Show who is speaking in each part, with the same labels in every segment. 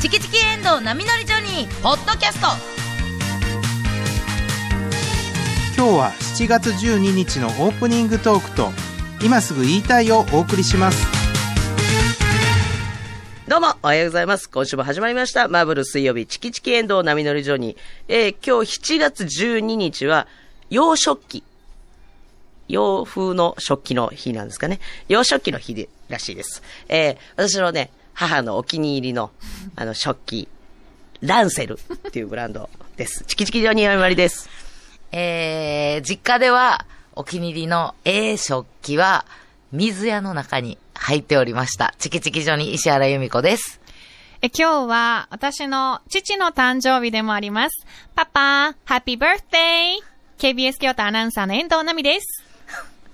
Speaker 1: チキチキエンドウ波乗りジョニー」ポッドキャスト
Speaker 2: 今日は7月12日のオープニングトークと今すぐ言いたいをお送りします
Speaker 3: どうも、おはようございます。今週も始まりました。マーブル水曜日、チキチキエンドウ波乗りジョニー。えー、今日7月12日は、洋食器。洋風の食器の日なんですかね。洋食器の日で、らしいです。えー、私のね、母のお気に入りの、あの、食器、ランセルっていうブランドです。チキチキジョニーはまりです。
Speaker 4: えー、実家では、お気に入りの A 食器は、水屋の中に入っておりました。チキチキジョニー石原由美子です。
Speaker 5: え、今日は私の父の誕生日でもあります。パパ、ハッピーバースデー !KBS 京都アナウンサーの遠藤奈美です。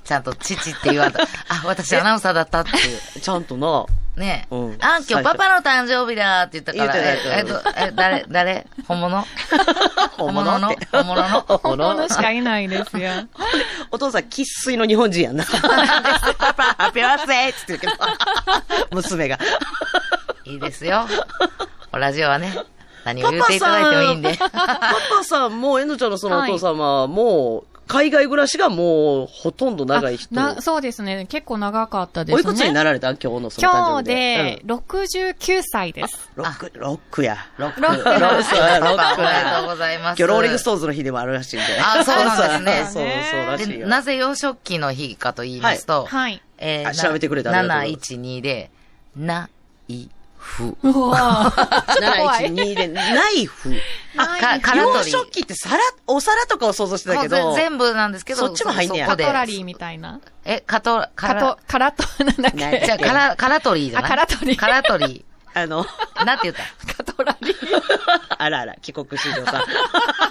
Speaker 4: ちゃんと父って言わ れた。あ、私アナウンサーだったっていう。
Speaker 3: ちゃんとな、
Speaker 4: ねえ。
Speaker 3: うん
Speaker 4: あ、今日パパの誕生日だって言ったから。
Speaker 3: 言っ
Speaker 4: え
Speaker 3: てた
Speaker 4: えっ
Speaker 3: 言っ
Speaker 4: と、え、誰、誰本物
Speaker 3: 本物
Speaker 4: の
Speaker 3: って
Speaker 4: 本物の
Speaker 3: 本物
Speaker 5: しかいないですよ。
Speaker 3: お父さん、喫水の日本人やんな。パパ、 ハッピーバースデーって言 ってるけど、娘が。
Speaker 4: いいですよ。おラジオはね、何を言っていただいてもいいんで。
Speaker 3: パパさんも、えのちゃんのそのお父様も、海外暮らしがもう、ほとんど 長い人。
Speaker 5: あなそうですね。結構長かったですね。
Speaker 3: おいくつになられた今日のその誕生日
Speaker 5: 今日
Speaker 3: で
Speaker 5: で。69歳です。
Speaker 3: うんロック、ロックや。ロック。
Speaker 5: ロック
Speaker 3: ロックや。ロ
Speaker 4: パパ
Speaker 3: ッ
Speaker 4: お
Speaker 3: ク
Speaker 4: めで
Speaker 3: や
Speaker 4: とうございま
Speaker 3: 今
Speaker 4: す。
Speaker 3: 日ローリングストーンズの日でもあるらしいんで。
Speaker 4: あそうなんですね
Speaker 3: そう、そうらしい
Speaker 4: で
Speaker 3: よ。
Speaker 4: なぜ洋食器の日かと言います と、
Speaker 5: はい。
Speaker 4: え
Speaker 3: あ調べてくれたありがとうご
Speaker 4: 712で、ない、ふ。
Speaker 5: うわぁ。ちょっと怖い。
Speaker 3: 712で、ナイフ。
Speaker 5: あ
Speaker 4: か、から
Speaker 3: 洋
Speaker 4: とり。
Speaker 3: 食器って皿、お皿とかを想像してたけ
Speaker 4: も
Speaker 3: ど。
Speaker 4: うぜ全部なんですけ
Speaker 3: そ
Speaker 4: ど、
Speaker 3: っちも入んねや
Speaker 4: そこ
Speaker 5: カ
Speaker 4: で
Speaker 5: トラリーみたいな。
Speaker 4: え、カト、カ
Speaker 5: カ
Speaker 4: ラ
Speaker 5: ト、、カラと、なんだっ
Speaker 3: な
Speaker 5: け
Speaker 3: い
Speaker 4: じゃあ、カラ、カラトリーじゃない
Speaker 5: あカラトリー
Speaker 4: カラトリ
Speaker 3: あ の、
Speaker 4: ー。なんて言った
Speaker 5: カトラリー。
Speaker 3: あらあら、帰国子女 さん。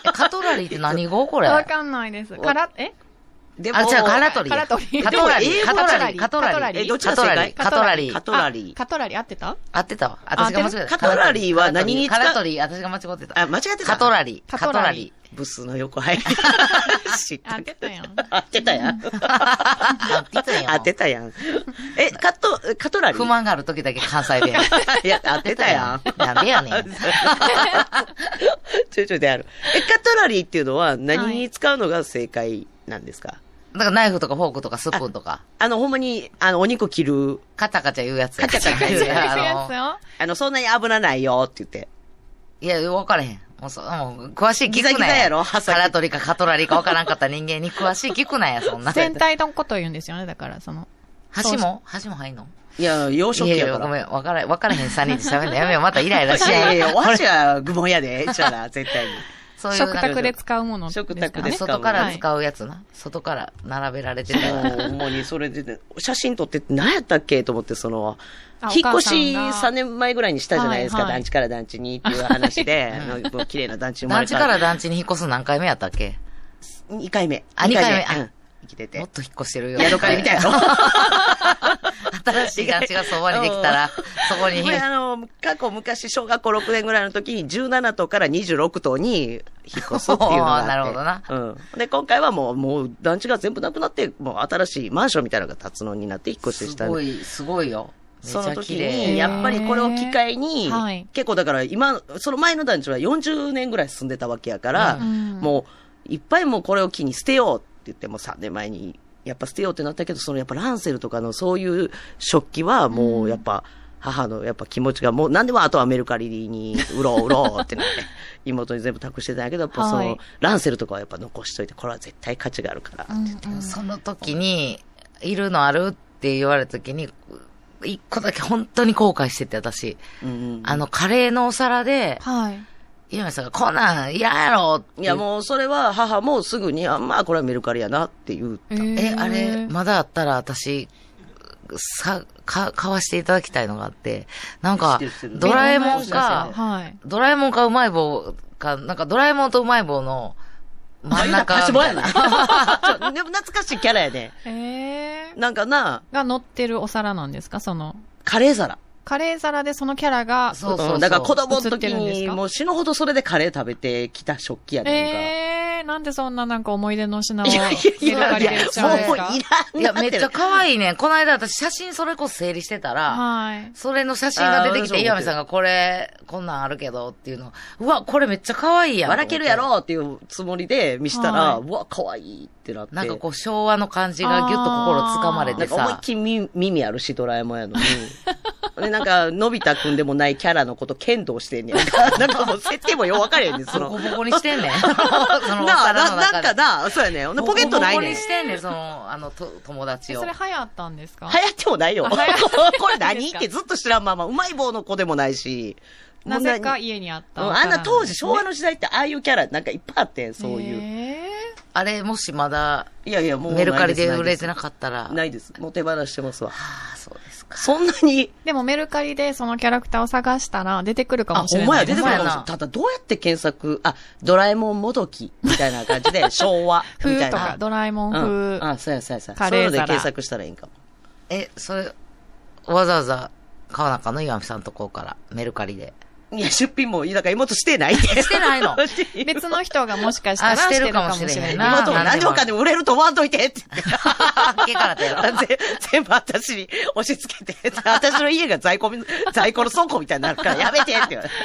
Speaker 4: えカトラリーって何語これ。
Speaker 5: わ
Speaker 4: あ、
Speaker 5: かんないです。カラ、え
Speaker 3: で
Speaker 4: じゃあ、カラトリー。
Speaker 5: カラトリー
Speaker 4: カトラリー。
Speaker 3: でも英語
Speaker 4: カトラリー。
Speaker 5: カ
Speaker 4: カ
Speaker 5: ト
Speaker 4: ト
Speaker 5: ラ
Speaker 4: ラ
Speaker 5: リ
Speaker 4: リ
Speaker 5: ー
Speaker 4: ー。
Speaker 3: えどっちが
Speaker 4: カ
Speaker 3: 正
Speaker 4: ト
Speaker 3: 解
Speaker 4: ラリー。カトラリ
Speaker 3: カ
Speaker 4: ー。
Speaker 3: トラリ
Speaker 5: あ
Speaker 3: ー。
Speaker 5: カトラリー合ってた
Speaker 4: 合ってたわ。私が間違えた。
Speaker 3: カトラリーは何に使う
Speaker 4: カラトリー、私が間違ってた。
Speaker 3: あ間違ってた
Speaker 4: カトラリー。
Speaker 5: カ
Speaker 4: カ
Speaker 5: ト
Speaker 4: ト
Speaker 5: ラ
Speaker 4: ラ
Speaker 5: リ
Speaker 4: リ
Speaker 3: ブスの横 入り。知って
Speaker 5: 合ってたやん。
Speaker 3: 合ってたやん。
Speaker 4: ー。合ってたやん
Speaker 3: 合ってたやん。え、カト、カトラリー
Speaker 4: 不満がある時だけ 関西弁。
Speaker 3: いや、合ってたやん。
Speaker 4: なんでやねん。
Speaker 3: ちょいちょいである。え、カトラリーっていうのは何に使うのが正解なんですか、
Speaker 4: だからナイフとかフォークとかスプーンとか、
Speaker 3: あの、ほんまに、あの、お肉切る。
Speaker 4: カチャカチャ言うやつや。
Speaker 3: カチャカチャ言うやつ
Speaker 5: や
Speaker 4: あ
Speaker 5: つ
Speaker 4: の
Speaker 5: よ。
Speaker 3: あの、そんなに危なないよって言って。
Speaker 4: いや、わからへん。もうそ、もう、詳しい聞
Speaker 3: ギ
Speaker 4: くな
Speaker 3: ザギザやろ刃
Speaker 4: カ
Speaker 3: 先
Speaker 4: ラトリかカトラリかわからんかった人間に詳しい聞くな や、そんな。
Speaker 5: 全体のことを言うんですよね、だから、その。
Speaker 4: 箸も箸も入んの
Speaker 3: いや、洋
Speaker 4: い
Speaker 3: 食器
Speaker 4: やい
Speaker 3: や
Speaker 4: や、
Speaker 3: から。
Speaker 4: ごめん、わから、わからへん3人で喋んのやめよう。またイライラ し
Speaker 3: いやいや
Speaker 4: や
Speaker 3: いや、お箸は愚問やで。じゃあな、絶対に。
Speaker 4: そういう
Speaker 5: 食
Speaker 4: なん
Speaker 5: 卓で使うものですからね。
Speaker 3: 食卓で
Speaker 4: か、
Speaker 3: 使う
Speaker 4: 外から使うやつな。外から並べられてるや
Speaker 3: も
Speaker 4: つ。
Speaker 3: う、主にそれで、ね、写真撮って何やったっけと思って、その
Speaker 5: あ、
Speaker 3: 引っ越し
Speaker 5: お母さんが
Speaker 3: 3年前ぐらいにしたじゃないですか、
Speaker 5: はいはい
Speaker 3: 団地から団地にっていう話で、あの、もう綺麗な団地に生ま
Speaker 4: 団
Speaker 3: れ
Speaker 4: 地
Speaker 3: た。
Speaker 4: から団地に引っ越す何回目やったっけ
Speaker 3: 2回目。
Speaker 4: あ二回目
Speaker 3: う
Speaker 4: あ
Speaker 3: ん。生きて
Speaker 4: も
Speaker 3: て
Speaker 4: っ。と引っ越してるよ。
Speaker 3: ヤドカリみたい な。
Speaker 4: 新しい団地がそばにでき たら、そこに
Speaker 3: これあの、過去昔、小学校6年ぐらいの時に、17棟から26棟に引っ越すっていうのがあって。
Speaker 4: なるほどな
Speaker 3: うん。で、今回はもう、もう団地が全部なくなって、もう新しいマンションみたいなのが立つのになって引っ越し
Speaker 4: す
Speaker 3: したんで
Speaker 4: ごい、すごいよ。めち
Speaker 3: その
Speaker 4: ゃ
Speaker 3: 時
Speaker 4: 綺麗。
Speaker 3: に、やっぱりこれを機会に
Speaker 5: はい、
Speaker 3: 結構だから今、その前の団地は40年ぐらい住んでたわけやから、
Speaker 5: ん
Speaker 3: もう、いっぱいもうこれを機に捨てようって言って、もう3年前に、やっぱ捨てようってなったけど、そのやっぱランセルとかのそういう食器はもうやっぱ、母のやっぱ気持ちがもう何でもあとはメルカリに売ろう売ろうってなって、妹に全部託してたんやけど、やっぱそ
Speaker 5: は
Speaker 3: の
Speaker 5: い、
Speaker 3: ランセルとかはやっぱ残しといて、これは絶対価値があるからって言って。
Speaker 4: その時に、いるのあるって言われた時に、一個だけ本当に後悔してて、私。
Speaker 3: うん
Speaker 4: あの、カレーのお皿で、
Speaker 5: はい。
Speaker 4: ゆめさんが、こんなん嫌やろ
Speaker 3: いやもうそれは母もすぐに、あ、まあこれはメルカリやなって言う
Speaker 4: え、
Speaker 5: え
Speaker 4: あれ、まだあったら私、さ、か、買わしていただきたいのがあって、なん
Speaker 3: 知
Speaker 4: か
Speaker 3: ってる知って、る
Speaker 4: ドラえもん
Speaker 3: あ
Speaker 4: か、
Speaker 5: はい。
Speaker 4: ドラえもんかうまい棒か、なんかドラえもんとうまい棒の真ん中。
Speaker 3: あ言うたら賢いやなちょでも懐かしいキャラやね。
Speaker 5: ええ
Speaker 3: なんかな、
Speaker 5: が乗ってるお皿なんですかその、
Speaker 3: カレー皿。
Speaker 5: カレー皿でそのキャラが、
Speaker 4: そうそうそう。
Speaker 3: んだから子供の
Speaker 5: 映って
Speaker 3: 時
Speaker 5: るんです
Speaker 3: に、
Speaker 5: か
Speaker 3: もう死ぬほどそれでカレー食べてきた食器やねんか。
Speaker 5: ええなんでそんななんか思い出の品を
Speaker 3: いやい
Speaker 5: メル
Speaker 3: や
Speaker 5: カ
Speaker 3: い
Speaker 5: リ
Speaker 3: や
Speaker 5: で売っちゃうんで
Speaker 3: もうい
Speaker 5: す
Speaker 3: ら
Speaker 5: か
Speaker 3: ん
Speaker 4: いや、
Speaker 3: な
Speaker 4: め
Speaker 3: っ
Speaker 4: ってちゃ可愛いね。この間私写真それこそ整理してたら、
Speaker 5: はい。
Speaker 4: それの写真が出てき
Speaker 3: あ
Speaker 4: て、
Speaker 3: ー
Speaker 4: 岩見さんがこれ、こんなんあるけどっていうの。うわ、これめっちゃ可愛いやん。
Speaker 3: 笑けるや
Speaker 4: と思っ。
Speaker 3: ろっていうつもりで見したら、
Speaker 5: はいう
Speaker 3: わ、可愛いってなってて。
Speaker 4: なんかこう昭和の感じがぎゅっと心つかまれ
Speaker 3: な
Speaker 4: て
Speaker 3: んか思いっ
Speaker 4: さ。
Speaker 3: きり耳耳あるし、ドラえもんやのに。で、なんか、のび太くんでもないキャラのこと剣道してんねやんか。なんかもう設定もよう分かれへんねん、そ
Speaker 4: ボ
Speaker 3: の。
Speaker 4: コ
Speaker 3: な
Speaker 4: ボコにしてんねん。 そのお
Speaker 3: あ、
Speaker 4: 皿
Speaker 3: な
Speaker 4: の
Speaker 3: な
Speaker 4: 中
Speaker 3: ん
Speaker 4: で
Speaker 3: か。な、そうやねん。ほんでポケットない
Speaker 4: ボコ
Speaker 3: ねん。
Speaker 4: ボコに
Speaker 3: 流
Speaker 4: してんねん、その、あの、と友達
Speaker 5: え
Speaker 4: を
Speaker 5: それ。流行ったんですか
Speaker 3: 行ってもないよ。
Speaker 5: あ流行ってない
Speaker 3: これ何
Speaker 5: です
Speaker 3: っ
Speaker 5: か
Speaker 3: てずっと知らんまま、うまい棒の子でもないし。
Speaker 5: なぜか
Speaker 3: も
Speaker 5: 家にあった
Speaker 3: う
Speaker 5: お
Speaker 3: なうん
Speaker 5: 皿
Speaker 3: あ
Speaker 5: で
Speaker 3: ん
Speaker 5: すね。
Speaker 3: な当時、昭和の時代ってああいうキャラなんかいっぱいあってん、そういう。
Speaker 5: え
Speaker 4: あれ、もしまだ、
Speaker 3: いやいや、もうないす。
Speaker 4: メルカリで売れ
Speaker 3: な
Speaker 4: てなかったら。
Speaker 3: いですないです。もう手放してますわ。
Speaker 4: ああ、そうですか。
Speaker 3: そんなに、
Speaker 5: ーでもメルカリでそのキャラクターを探したら出てくるか
Speaker 3: あ、
Speaker 5: もし
Speaker 3: ほん
Speaker 5: れ
Speaker 3: ま
Speaker 5: な
Speaker 3: や、
Speaker 5: い
Speaker 3: 出
Speaker 5: で
Speaker 3: てく
Speaker 5: す。
Speaker 3: るか
Speaker 4: ほん
Speaker 3: もしれ
Speaker 4: まや
Speaker 3: ん
Speaker 4: な
Speaker 3: ただ、どうやって検索、あ、ドラえもんもどき、みたいな感じ で、昭和、みたい
Speaker 5: 風とか
Speaker 3: な。
Speaker 5: ドラえもん
Speaker 3: うん。
Speaker 5: 風。
Speaker 3: あ、そうや、そうや、そうや。
Speaker 5: カ
Speaker 3: そうい
Speaker 5: レ
Speaker 3: うの
Speaker 5: ー皿
Speaker 3: で検索したらいいんかも。
Speaker 4: え、それ、わざわざ、川中の岩見さんとこから、メルカリ で。
Speaker 3: いや、出品も、だから妹してないって。
Speaker 4: してな いの
Speaker 3: して
Speaker 5: 別の人がもしかしたら
Speaker 4: あして
Speaker 5: して
Speaker 4: る
Speaker 5: る
Speaker 4: か
Speaker 5: か
Speaker 4: もし
Speaker 5: もし
Speaker 4: れへん
Speaker 5: れない。
Speaker 4: な
Speaker 3: 妹も
Speaker 4: なん
Speaker 3: 何
Speaker 4: でも
Speaker 3: をかでも売れると思わんといてって言って。
Speaker 4: あっけからだよ。
Speaker 3: ぜ 全部私に押し付けて、 私の家が在庫み、在庫の倉庫みたいになるからやめてって言われて。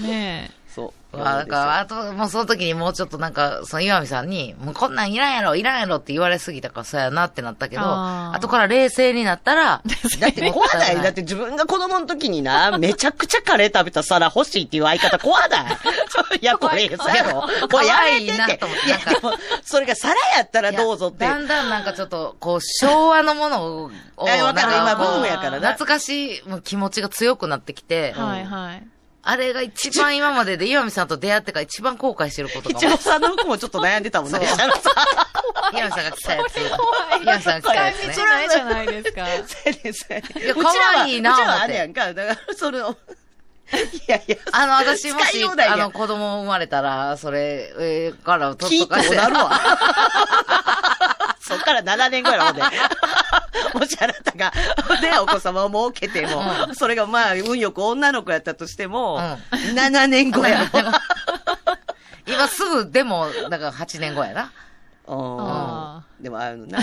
Speaker 5: ねえ。
Speaker 3: そう。
Speaker 4: わあ、だから、あと、もうその時にもうちょっとなんか、その岩見さんに、もうこんなんいらんやろ、いらんやろって言われすぎたから、そうやなってなったけど、
Speaker 5: あー
Speaker 4: 後から冷静になったら、
Speaker 3: だって怖ない。だって自分が子供の時にな、めちゃくちゃカレー食べた皿欲しいっていう相方怖ない。 そういや、これ、そうやろ。 これやめてって。い
Speaker 4: 可愛い
Speaker 3: や、
Speaker 4: なと思ってなんか
Speaker 3: でも、それが皿やったらどうぞって。
Speaker 4: だんだんなんかちょっと、こう、昭和のものを、
Speaker 3: えわかる
Speaker 4: なんこう
Speaker 5: 今ブームやから
Speaker 3: な
Speaker 4: 懐かしいもう気持ちが強くなってきて、
Speaker 5: はいはい。
Speaker 4: あれが一番今までで岩見さんと出会ってから一番後悔してること
Speaker 3: イ
Speaker 4: か
Speaker 3: チ
Speaker 4: も
Speaker 3: ロ。ーさんの服もちょっと悩んでたもんね。
Speaker 4: そう
Speaker 3: あのさ
Speaker 4: 岩見さんが来たや つ。岩見さんが来たやつね
Speaker 5: 使い道。ないじゃないです
Speaker 3: そう
Speaker 5: か。
Speaker 3: やねんそうやねん
Speaker 4: い
Speaker 3: う
Speaker 4: や
Speaker 3: ちら
Speaker 4: 可
Speaker 3: は、う
Speaker 4: 愛い
Speaker 3: ち
Speaker 4: な
Speaker 3: ら
Speaker 4: 思って
Speaker 3: はあれやんか。だから、それを。いやいや。
Speaker 4: あの、私も
Speaker 3: 使い
Speaker 4: し
Speaker 3: ようない、や
Speaker 4: あ
Speaker 3: ん
Speaker 4: の、子供生まれたら、それ、上から取っ
Speaker 3: キー
Speaker 4: と
Speaker 3: ッ
Speaker 4: かしてて。
Speaker 3: なるわ。そっから7年後やろ、ほんで。もしあなたが、ね、お子様をもうけても、それがまあ、運よく女の子やったとしても、7年後や
Speaker 4: 今すぐ、でも、だから8年後やな。
Speaker 3: ろ
Speaker 5: あ。
Speaker 3: うんでも、あのな、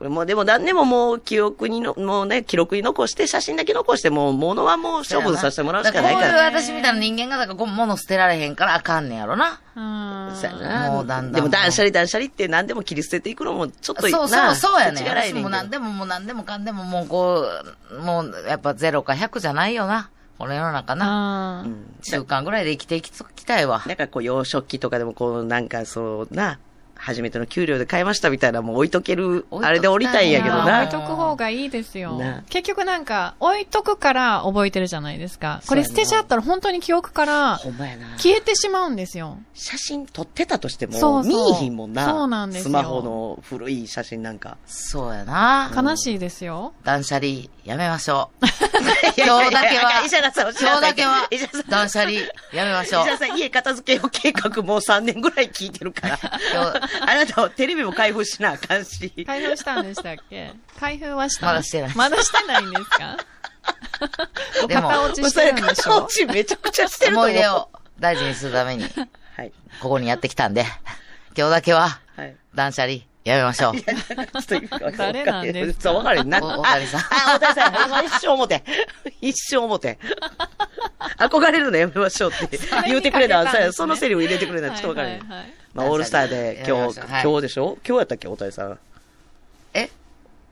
Speaker 3: 俺もうでも何でももう記憶にの、もうね、記録に残して、写真だけ残して、もう物はもう処分させてもらうしかないか
Speaker 4: だ
Speaker 3: ら。
Speaker 4: らこういう私みたいな人間が、だからこう物捨てられへんからあかんねやろな。
Speaker 5: うん。
Speaker 3: そうやな
Speaker 4: もうだんだん
Speaker 3: でも断捨離断捨離って何でも切り捨てていくのもちょっと
Speaker 4: そう
Speaker 3: い
Speaker 4: そう、そうやねん。私
Speaker 3: 私
Speaker 4: も
Speaker 3: も
Speaker 4: 何でももう何でもかんでももうこう、もうやっぱゼロか100じゃないよな。この世の中な。
Speaker 5: な。うん。
Speaker 4: 中間ぐらいで生きていきたいわ。
Speaker 3: なんかこう、洋食器とかでもこう、なんかそうな、初めての給料で買いましたみたいな、もう置いとける、
Speaker 4: 置いときたいな
Speaker 3: あれで降りたいんやけど
Speaker 5: 置い
Speaker 3: な。
Speaker 5: とく方がいいですよ
Speaker 3: な。
Speaker 5: 結局なんか、置いとくから覚えてるじゃないですか。これ
Speaker 3: そうや
Speaker 5: 捨
Speaker 3: な
Speaker 5: てちゃったら本当に記憶から
Speaker 3: ほんまやな。
Speaker 5: 消えてしまうんですよ。
Speaker 3: 写真撮ってたとして
Speaker 5: そ
Speaker 3: も、
Speaker 5: う
Speaker 3: 見
Speaker 5: そう
Speaker 3: えひんもんな。
Speaker 5: そうなんですよ
Speaker 3: スマホの古い写真なんか。
Speaker 4: そうやな。
Speaker 5: 悲しいですよ。
Speaker 4: 断捨離、やめましょう。
Speaker 3: いやいやいや
Speaker 4: 今日だけは
Speaker 3: 石原さん、石
Speaker 4: 今
Speaker 3: 原さん
Speaker 4: 日だけは
Speaker 3: 石原さん、
Speaker 4: 断捨離、やめましょう
Speaker 3: 石。原さん、家片付けよう計画もう3年ぐらい聞いてる から
Speaker 4: 今。
Speaker 3: あなたはテレビも開封しなあかんし。
Speaker 5: 開封したんでしたっけ開封はした
Speaker 4: まだしてない
Speaker 5: まだしてないんですかもう
Speaker 4: でも
Speaker 5: 片落ちしてるんでしょ
Speaker 3: 落ちめちゃくちゃしてると
Speaker 4: 思
Speaker 3: 思う。
Speaker 4: い出を大事にするために、
Speaker 3: はい。
Speaker 4: ここにやってきたんで、今日だけは、
Speaker 3: はい。
Speaker 4: 断捨離、やめまし ょう。
Speaker 3: ちょっと今
Speaker 5: 誰なんですか
Speaker 3: そう、わかるよな。
Speaker 4: お大谷さん
Speaker 3: あ、あ大谷さん。ほんま一生思て。一生思て。憧れるのやめましょうって言うてくれた。
Speaker 5: それにかけたんですね
Speaker 3: そのセリフ入れてくれた。ちょっとわかるよ
Speaker 5: はいはいはい。
Speaker 3: まあ、オールスターで今日
Speaker 4: やめましょうはい、
Speaker 3: 今日でしょ今日やったっけ大谷さん。
Speaker 4: え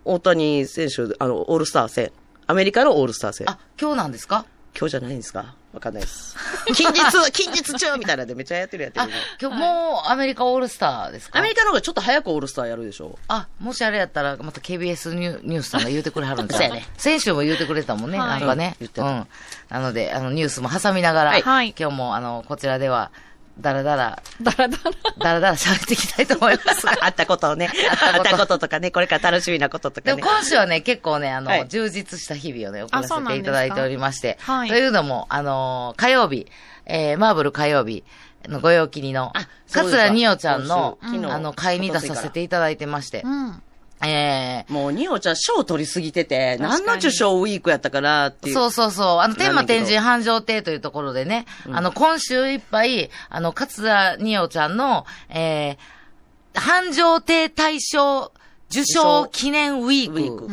Speaker 3: 大谷選手、あの、オールスター戦。アメリカのオールスター戦。
Speaker 4: あ、今日なんですか
Speaker 3: 今日じゃないんですかわかんないです。近日、近日中みたいなんでめっちゃやってるやって
Speaker 4: あ
Speaker 3: る。、
Speaker 4: 今日もうアメリカオールスターですか
Speaker 3: アメリカの方がちょっと早くオールスターやるでしょ
Speaker 4: あ、もしあれやったら、また KBS ニューニュースさんが言うてくれはるんですよね。先週も言うてくれたもんね、
Speaker 5: はい
Speaker 4: なんかね。
Speaker 3: うん言って
Speaker 4: う
Speaker 3: た
Speaker 4: ん。なので、あの、ニュースも挟みながら、
Speaker 5: はいはい
Speaker 4: 今日も、あの、こちらでは、だらだら、
Speaker 5: だらだら。
Speaker 4: だらだら喋っていきたいと思います。
Speaker 3: あったことをね。
Speaker 4: あ
Speaker 3: あ
Speaker 4: っ
Speaker 3: った
Speaker 4: こと
Speaker 3: たこととかね、これから楽しみなことと
Speaker 4: で
Speaker 3: か
Speaker 4: も
Speaker 3: ね。
Speaker 4: 今 週はね、結構ね、あの、
Speaker 3: はい
Speaker 4: 充実した日々をね、送ら
Speaker 5: あそ
Speaker 4: せ
Speaker 5: う
Speaker 4: て
Speaker 5: なんで
Speaker 4: い
Speaker 5: すか
Speaker 4: ただいておりまして。
Speaker 5: はい
Speaker 4: というのも、あのー火曜日、えー、マーブル火曜日のご用気にの
Speaker 3: あ、そうですか
Speaker 4: 桂二葉ちゃんの、
Speaker 3: 今週
Speaker 4: あの、
Speaker 3: 昨日
Speaker 4: 会に出させていただいてまして。
Speaker 5: うん。
Speaker 4: え
Speaker 3: もう、におちゃん、賞取りすぎてて、
Speaker 5: 確か
Speaker 3: 何
Speaker 5: に
Speaker 3: の受賞ウィークやったからってい
Speaker 4: ー
Speaker 3: う。
Speaker 4: そうそうそう。あの、天
Speaker 3: な
Speaker 4: 馬
Speaker 3: んだけ
Speaker 4: 天
Speaker 3: ど
Speaker 4: 神繁盛亭というところでね、あの、今週いっぱい、あの、勝田二葉ちゃんの、えー、繁盛亭大賞受賞記念ウィ
Speaker 3: ウィ
Speaker 4: ー
Speaker 3: ー
Speaker 4: ク
Speaker 3: ク
Speaker 5: う。ー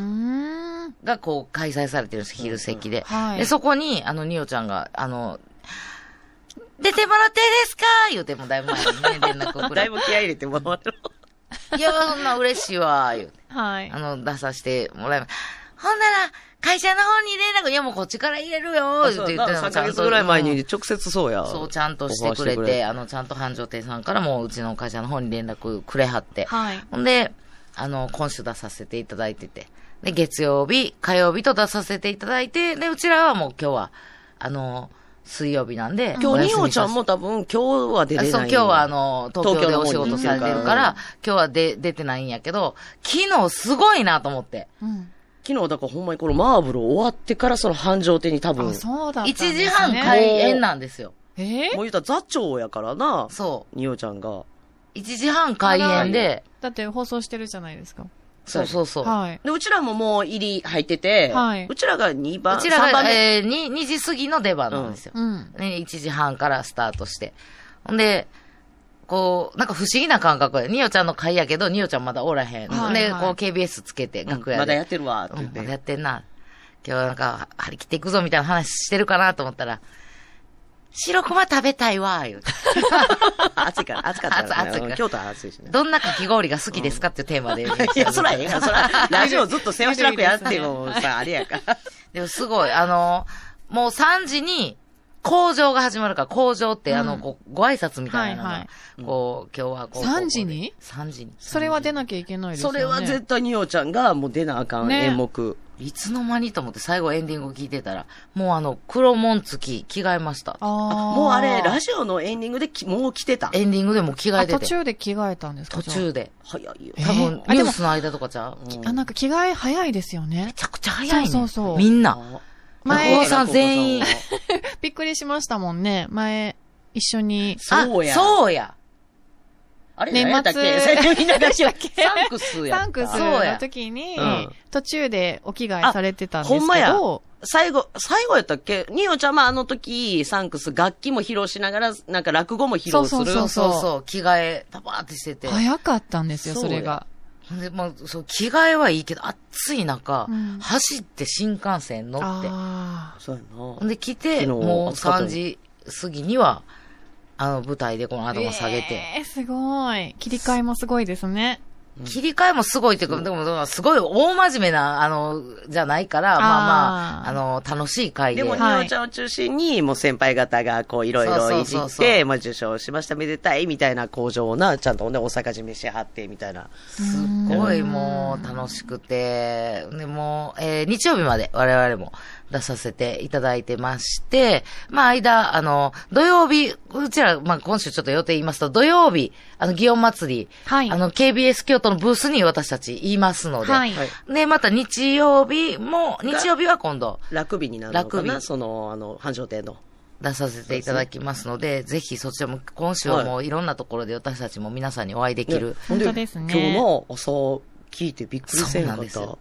Speaker 5: ん。
Speaker 4: がこう開催されてるんです、昼席で。
Speaker 5: はい
Speaker 4: で、そこに、あの、ニオちゃんが、あの、出てもらっていいですか言うてもだいぶ前にね、連絡を く
Speaker 3: だ
Speaker 4: れ
Speaker 3: いぶ気合い入れてもらってる。
Speaker 4: いや、そんな嬉しいわ、言うて。
Speaker 5: はい
Speaker 4: あ。の、出させてもらいます。ほんなら、会社の方に連絡、いやもうこっちから入れるよ、言うて言ってたの
Speaker 3: 3
Speaker 4: ちゃ
Speaker 3: ヶ
Speaker 4: ん
Speaker 3: 月
Speaker 4: と。
Speaker 3: ぐらい前
Speaker 4: うん
Speaker 3: に直接そうや。
Speaker 4: そう、ちゃんとしてくれて、あの、ちゃんと繁盛亭さんからもううちの会社の方に連絡くれはって。
Speaker 5: はい
Speaker 4: ほんで、あの、今週出させていただいてて。で、月曜日、火曜日と出させていただいて、で、うちらはもう今日は、あの、水曜日なんで。
Speaker 3: 今日、に
Speaker 4: お
Speaker 3: おちゃんも多分今日は出
Speaker 4: あ
Speaker 3: てない。
Speaker 4: そう、今日はあ、の、東京でお仕
Speaker 3: 東京の方
Speaker 4: 事
Speaker 3: に
Speaker 4: されてるから、今日はで出てないんやけど、昨日すごいなと思って。
Speaker 5: うん。
Speaker 3: 昨日だからほんまにこのマーブル終わってからその繁盛亭に多分、も
Speaker 5: あ、
Speaker 3: う
Speaker 5: そうだった
Speaker 4: 1
Speaker 5: んですね。
Speaker 4: 時半開演なんですよ。
Speaker 5: えー
Speaker 3: 言ったら座長やからな、
Speaker 4: そう。
Speaker 3: におちゃんが。
Speaker 4: 1時半開演で、
Speaker 5: だって放送してるじゃないですか。
Speaker 4: そうそうそう。
Speaker 5: はい。
Speaker 3: で、うちらももう入り入ってて、
Speaker 5: はいう
Speaker 3: ちらが2番、
Speaker 4: うちら
Speaker 3: 3番
Speaker 4: が、
Speaker 3: 目。
Speaker 4: えー、に 2, 時過ぎの出番なんですよ。
Speaker 5: うん。
Speaker 4: ね、1時半からスタートして。ほんで、こう、なんか不思議な感覚や。ニオちゃんの会やけど、ニオちゃんまだおらへん。
Speaker 5: はい
Speaker 4: で、
Speaker 5: はい
Speaker 4: こう KBS つけて、楽
Speaker 3: ま
Speaker 4: 屋
Speaker 3: だ
Speaker 4: で。
Speaker 3: やってるわ、って
Speaker 4: う
Speaker 3: 言
Speaker 4: ん
Speaker 3: っ、て。
Speaker 4: まだやってんな。今日なんか、張り切っていくぞみたいな話してるかなと思ったら、白熊食べたいわ、言うて。
Speaker 3: 暑いから、暑かったから、ね。
Speaker 4: 暑い暑いから
Speaker 3: 京都は暑いしね。
Speaker 4: どんなかき氷が好きですかっていうテーマ で。
Speaker 3: いや、そらええやん、そら、ラジオずっと世話しなくやってもさ、あれやから。
Speaker 4: でもすごい、あの、もう3時に、工場が始まるから、工場って、あの、
Speaker 5: うん
Speaker 4: こうご挨拶みたいなのが、
Speaker 5: はいは
Speaker 4: こう、今日はこう。
Speaker 5: 3時に
Speaker 4: ?3 時に。
Speaker 5: それは出なきゃいけないですよ
Speaker 3: そ
Speaker 5: ね。
Speaker 3: れは絶対におちゃんがもう出なあかん、
Speaker 5: ね
Speaker 3: 演目。
Speaker 4: いつの間にと思って最後エンディング聞いてたら、もうあの、黒紋付き着替えました。
Speaker 5: あー
Speaker 3: もうあれ、ラジオのエンディングできもう来てた。
Speaker 4: エンディングでも着替え
Speaker 5: あ
Speaker 4: て
Speaker 5: 途
Speaker 4: て。
Speaker 5: 中で着替えたんですか
Speaker 4: 途。中で。
Speaker 3: 早いよ。
Speaker 5: え
Speaker 4: 多分、
Speaker 5: あ
Speaker 4: ニ
Speaker 5: で
Speaker 4: ュ
Speaker 5: も
Speaker 4: ースの間とかちゃうめ
Speaker 5: じゃああ、なんか着替え早いですよね。
Speaker 4: ちゃくちゃ早いね。
Speaker 5: そうそうそう
Speaker 4: みんな。
Speaker 5: 前
Speaker 4: 落語さん全員。
Speaker 5: びっくりしましたもんね。前、一緒に。
Speaker 3: そうや。
Speaker 4: あそうや。
Speaker 3: あれ、
Speaker 5: 年末
Speaker 3: 何やったっけ最初に流しサンクスやった。
Speaker 5: サンクス
Speaker 4: そう
Speaker 5: の
Speaker 4: や
Speaker 5: 時に
Speaker 3: うん、
Speaker 5: 途中でお着替えされてたんですけ
Speaker 3: あほんまや
Speaker 5: ど、
Speaker 3: 最後、最後やったっけニオちゃんもあの時、サンクス楽器も披露しながら、なんか落語も披露する。
Speaker 5: そうそ
Speaker 4: そ
Speaker 5: うそう
Speaker 4: そうそう。着替え、パパーってしてて。
Speaker 5: 早かったんですよ、
Speaker 3: そう
Speaker 5: そ
Speaker 3: や
Speaker 5: れが。
Speaker 4: ほんで、まあ、そう、着替えはいいけど、暑い中、
Speaker 5: うん
Speaker 4: 走って新幹線乗って。
Speaker 5: あ
Speaker 3: そうや
Speaker 4: ほんで、来
Speaker 3: 昨
Speaker 4: て、
Speaker 3: 日
Speaker 4: もう
Speaker 3: 暑かった
Speaker 4: 3
Speaker 3: の
Speaker 4: 時過ぎには、あの、舞台でこの
Speaker 5: あ。
Speaker 4: 頭下げて。
Speaker 5: えーすごい。切り替えもすごいですね。
Speaker 4: 切り替えもすごいっていうか、でも、でもすごい大真面目な、あの、じゃないから、まあまあ、
Speaker 5: あ
Speaker 4: あ
Speaker 5: ー
Speaker 4: の、楽しい会
Speaker 3: で
Speaker 4: で。
Speaker 3: も、ニ
Speaker 5: はい
Speaker 3: オちゃんを中心に、もう先輩方が、こう、いろい
Speaker 4: そうそ
Speaker 3: ろ
Speaker 4: う
Speaker 3: いじ
Speaker 4: そう
Speaker 3: っ
Speaker 4: そう
Speaker 3: て、まあ、受賞しました、めでたい、みたいな工場をな、ちゃんとね、大阪人飯張って、みたいな。
Speaker 4: すっごいもう楽しくて、でもう、えー日曜日まで我々も出させていただいてまして、まあ間、あの、土曜日、うちら、まあ今週ちょっと予定言いますと、土曜日、あの、祇園祭り、
Speaker 5: はい
Speaker 4: あの、KBS 京都のブースに私たち言いますので、
Speaker 5: はい。
Speaker 3: はい
Speaker 4: で、また日曜日も、日曜日は今度
Speaker 3: ラクビになるのか
Speaker 4: ラク
Speaker 3: な
Speaker 4: ビ
Speaker 3: その、あの、繁盛店の。
Speaker 4: 出させていただきますので、ぜひそちらも、今週はもういろんなところで私たちも皆さんにお会いできる。
Speaker 5: 本当ですね
Speaker 3: 今日の朝、聞いてびっくりせんか
Speaker 4: そうなん
Speaker 3: っ
Speaker 4: です
Speaker 3: た。
Speaker 4: よ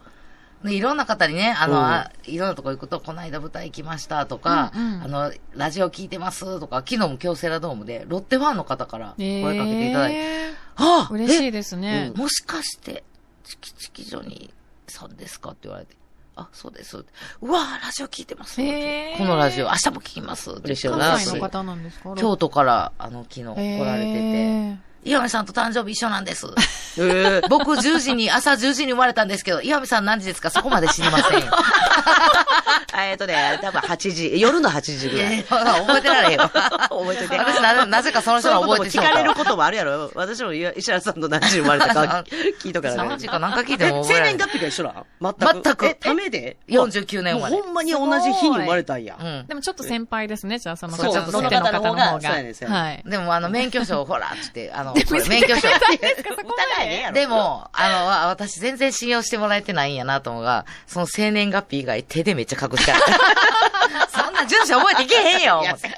Speaker 4: でいろんな方にね、あの、
Speaker 3: うん
Speaker 4: あいろんなとこ行くと、この間舞台行きましたとか、
Speaker 5: うんうん
Speaker 4: あの、ラジオ聞いてますとか、昨日も京セラドームで、ロッテファンの方から
Speaker 5: え
Speaker 4: 声かけていただいて、
Speaker 5: ー
Speaker 4: あ
Speaker 5: 嬉しい
Speaker 4: で
Speaker 5: ですね。
Speaker 4: もしかして、チキチキジョニーさんですかって言われて、あ、そうです。うわーラジオ聞いてます、
Speaker 5: へー
Speaker 4: このラジオ、明日も聞きますって言って
Speaker 3: 嬉しいよな
Speaker 5: 関西の方なんですか
Speaker 4: 京都から、あの、昨日来られてて、
Speaker 5: え
Speaker 4: 岩見さんと誕生日一緒なんです。
Speaker 3: ええ
Speaker 4: 僕10時に、朝10時に生まれたんですけど、岩見さん何時ですかそこまで知りませんよ。
Speaker 3: あえっとね、多分8時、夜の8時ぐらい。
Speaker 4: 覚えてられへんわ。
Speaker 3: 覚えてて。
Speaker 4: 私な、なぜかその人
Speaker 3: そうい
Speaker 4: は
Speaker 3: うことも
Speaker 4: 覚えてし
Speaker 3: 聞
Speaker 4: まった。
Speaker 3: かれることもあるやろ。私もいや石原さんと何時生まれた か聞いとか
Speaker 4: 3
Speaker 3: ら
Speaker 4: 時
Speaker 3: ね。
Speaker 4: か何回聞いて
Speaker 3: え、
Speaker 4: も
Speaker 3: 生
Speaker 4: 覚えられ
Speaker 3: 年
Speaker 4: な
Speaker 3: 月
Speaker 4: い。
Speaker 3: 日が一緒なん
Speaker 4: 全く
Speaker 3: え、ためで
Speaker 4: 49年生まれ
Speaker 3: もうほんまに同じ日に生まれたんや。
Speaker 4: うん
Speaker 5: ーでもちょっと先輩ですね、じゃあその
Speaker 3: そう
Speaker 5: ちょっと先輩の
Speaker 3: そ
Speaker 5: 方が。
Speaker 3: の方の方がそうやねそうやね
Speaker 5: はい。
Speaker 4: でもあの、免許証、ほら、つって、あの、これ免許証。
Speaker 3: 疑いねえやろ。
Speaker 4: でも、あの、わ私全然信用してもらえてないんやなと思うが、その 生年月日以外手でめっちゃ隠してある。そんな住所覚えていけへんよ、思って。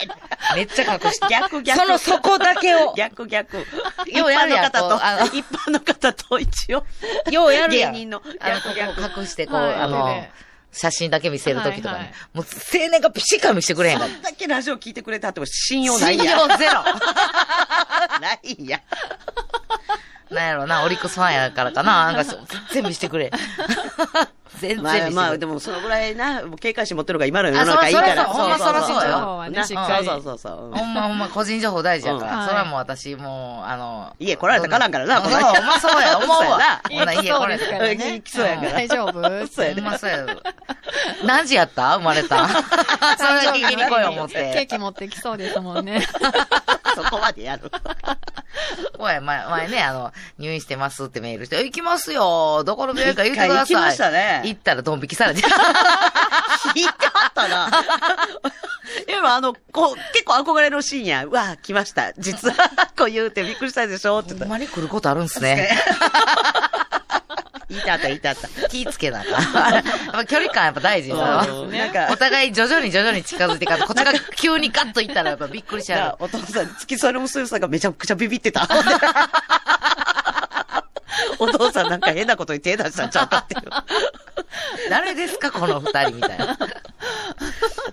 Speaker 4: めっちゃかっこいい。
Speaker 3: 逆 逆。
Speaker 4: そのそこだけを。
Speaker 3: 逆逆。一
Speaker 4: ようや
Speaker 3: 般
Speaker 4: る
Speaker 3: の
Speaker 4: やん
Speaker 3: 方
Speaker 4: こうあの
Speaker 3: と、一般の方と一応。
Speaker 4: ようやるやん。
Speaker 3: 芸人の
Speaker 4: あの、
Speaker 3: 逆逆
Speaker 4: ここ隠して、こう、
Speaker 5: はい
Speaker 4: あの
Speaker 5: 手で、
Speaker 4: 写真だけ見せるときとかね。
Speaker 5: はいはい
Speaker 4: もう青年がピシッか見してくれへんか
Speaker 3: あ
Speaker 4: ら。
Speaker 3: んだけラジオ聞いてくれたっても信用ない
Speaker 4: 信
Speaker 3: やん。
Speaker 4: 用ゼロ。
Speaker 3: ないやん。
Speaker 4: なんやろな、オリックスファンやからかな。なんか、全部見して くれ。全然見
Speaker 3: ま
Speaker 4: して
Speaker 3: あ
Speaker 4: くれ。
Speaker 3: まあ、でもそのぐらいな、もう警戒心持ってるのが今の世
Speaker 4: あ
Speaker 3: の
Speaker 4: そう
Speaker 3: 中いいから。
Speaker 4: そらそうほんまそらそうよ
Speaker 3: な
Speaker 5: し
Speaker 3: そ
Speaker 5: っか
Speaker 3: う
Speaker 5: り
Speaker 3: そうそうそう。
Speaker 4: ほんまほんま、個人情報大事やから。
Speaker 5: うん
Speaker 4: それはもう私、もう、あの。
Speaker 3: 家来られたらからんからな
Speaker 4: そう
Speaker 3: これ
Speaker 4: ほんまそうや、思う
Speaker 3: そうや
Speaker 4: わ
Speaker 3: な。
Speaker 4: ほんな家来られた
Speaker 5: そ
Speaker 4: ら
Speaker 5: う。
Speaker 3: うん行きそうやから。
Speaker 5: 大丈夫
Speaker 3: そうや
Speaker 4: ほ
Speaker 3: ね。
Speaker 4: んまそうや。何時やった生ま れ た。それだけ聞きに来い思っ
Speaker 5: ケー
Speaker 4: て。
Speaker 5: キ持ってきそうですも んね。
Speaker 3: そこまでやる。
Speaker 4: おい、前、前ね、あの、入院してますってメールして、行きますよどこの病院か言ってください。
Speaker 3: 一回行きましたね
Speaker 4: 行ったらドン引きさ れて。
Speaker 3: 引いてあった な。でもあの、こう、結構憧れのシーンや。うわ、来ました。実は、こう言うてびっくりしたでしょって言
Speaker 4: ほ
Speaker 3: っ
Speaker 4: ん
Speaker 3: た。
Speaker 4: まに来ることあるんすね。
Speaker 3: 言いたあった、言いたあった。
Speaker 4: 気ぃつけなあ かん。やっぱ距離感やっぱ大事さ。
Speaker 3: うんなんか
Speaker 4: お、互い徐々に徐々に近づいてから、こっちが急にガッと行ったらやっぱびっくりしちゃ
Speaker 3: な
Speaker 4: う。
Speaker 3: お父さん、付き添いの娘さんがめちゃくちゃビビって た。お父さんなんか変なことに手出したんちゃうかっていう。
Speaker 4: 誰ですかこの二人みた いな。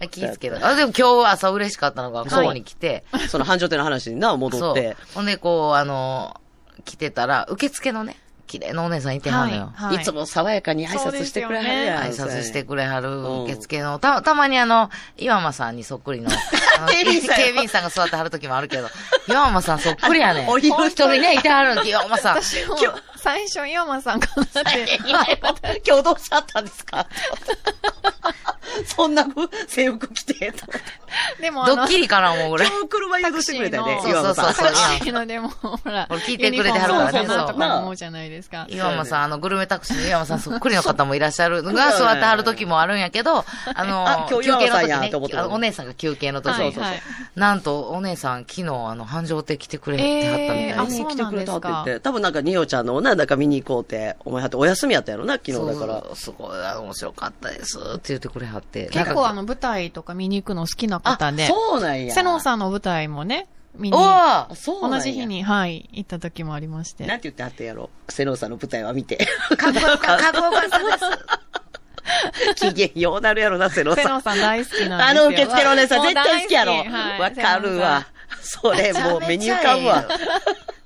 Speaker 4: 気ぃつけなあかん。あ、でも今日朝嬉しかったのが、ここに来て、
Speaker 3: その繁盛店の話にな、戻
Speaker 4: そ
Speaker 3: っ
Speaker 4: う
Speaker 3: て。。
Speaker 4: ほんで、こう、あの、来てたら、受付のね、綺麗なお姉さんいてはんのよ。
Speaker 5: はい
Speaker 3: いつも爽やかに挨拶してくれはるやん。
Speaker 4: 挨拶してくれはる
Speaker 3: ん
Speaker 4: 受付の、た、たまにあの、岩間さんにそっく りの、あの
Speaker 3: 警備員さんや
Speaker 4: 警備員さんが座ってはる時もあるけど、岩間さんそっくりやねん。
Speaker 3: お
Speaker 4: 一
Speaker 3: いおい
Speaker 4: 人ね、いてはるんで、岩間さん。
Speaker 5: 私も最初、イオマさんかなって。
Speaker 3: 今日どうしちゃったんですかそんな制服着て。と
Speaker 5: でも、あ
Speaker 4: ド
Speaker 5: の
Speaker 4: ッ、キリかな思うぐらい。
Speaker 3: 今日車誘導してくれたよね
Speaker 5: タク。シー
Speaker 3: 岩
Speaker 5: の
Speaker 3: 間さん。
Speaker 4: そうそうそう
Speaker 5: 楽しいのでも、ほら、
Speaker 4: これ聞いてくれてはるからね
Speaker 5: ユニフォームかなと
Speaker 3: そう
Speaker 5: か思うじゃないですか。
Speaker 4: 岩間さん、あの、グルメタクシーの岩間さんそっくりの方もいらっしゃるのが座ってはる時もあるんやけど、あ
Speaker 3: あ
Speaker 4: の、
Speaker 3: 今日
Speaker 4: 休憩
Speaker 3: 岩間さん
Speaker 4: の時
Speaker 3: や
Speaker 4: ね
Speaker 3: と思って、た
Speaker 4: あのお姉さんが休憩の時
Speaker 5: はいはい
Speaker 4: なんと、お姉さん昨日、あの、繁盛亭来てくれてはったみたい
Speaker 5: え
Speaker 4: で
Speaker 5: ーあ
Speaker 4: す
Speaker 5: そう
Speaker 3: 来てくれたって言
Speaker 5: な
Speaker 3: っ
Speaker 5: んで
Speaker 3: て。多分なんか、ニオちゃんのな、なんか見に行こうって、お前はってお休みやったやろな、昨日だから。
Speaker 4: そうすごい、あの面白かったですって言ってくれはって。
Speaker 5: 結構あ
Speaker 4: の、
Speaker 5: の、舞台とか見に行くの好きな方で、
Speaker 3: そうなんや。
Speaker 5: セノンさんの舞台もね、見に、
Speaker 4: お
Speaker 3: あ、
Speaker 4: ー
Speaker 3: そうなん
Speaker 5: 同
Speaker 3: や
Speaker 5: じ日。に、はい、行った時もありまし
Speaker 3: な
Speaker 5: て。
Speaker 3: んて言ってあったやろ。セノンさんの舞台は見て。
Speaker 4: かっこよかった、かっこよかったです。
Speaker 3: 機嫌ようなるやろな、セノン
Speaker 5: セ
Speaker 3: さ
Speaker 5: ノ
Speaker 3: ん
Speaker 5: ン。さん大好きな
Speaker 3: あ
Speaker 5: んですよ。
Speaker 3: の受付のお姉さん
Speaker 5: もう
Speaker 3: 絶対好きやろ。
Speaker 5: 大はい
Speaker 3: わかるわ。それもう目に浮かぶわ。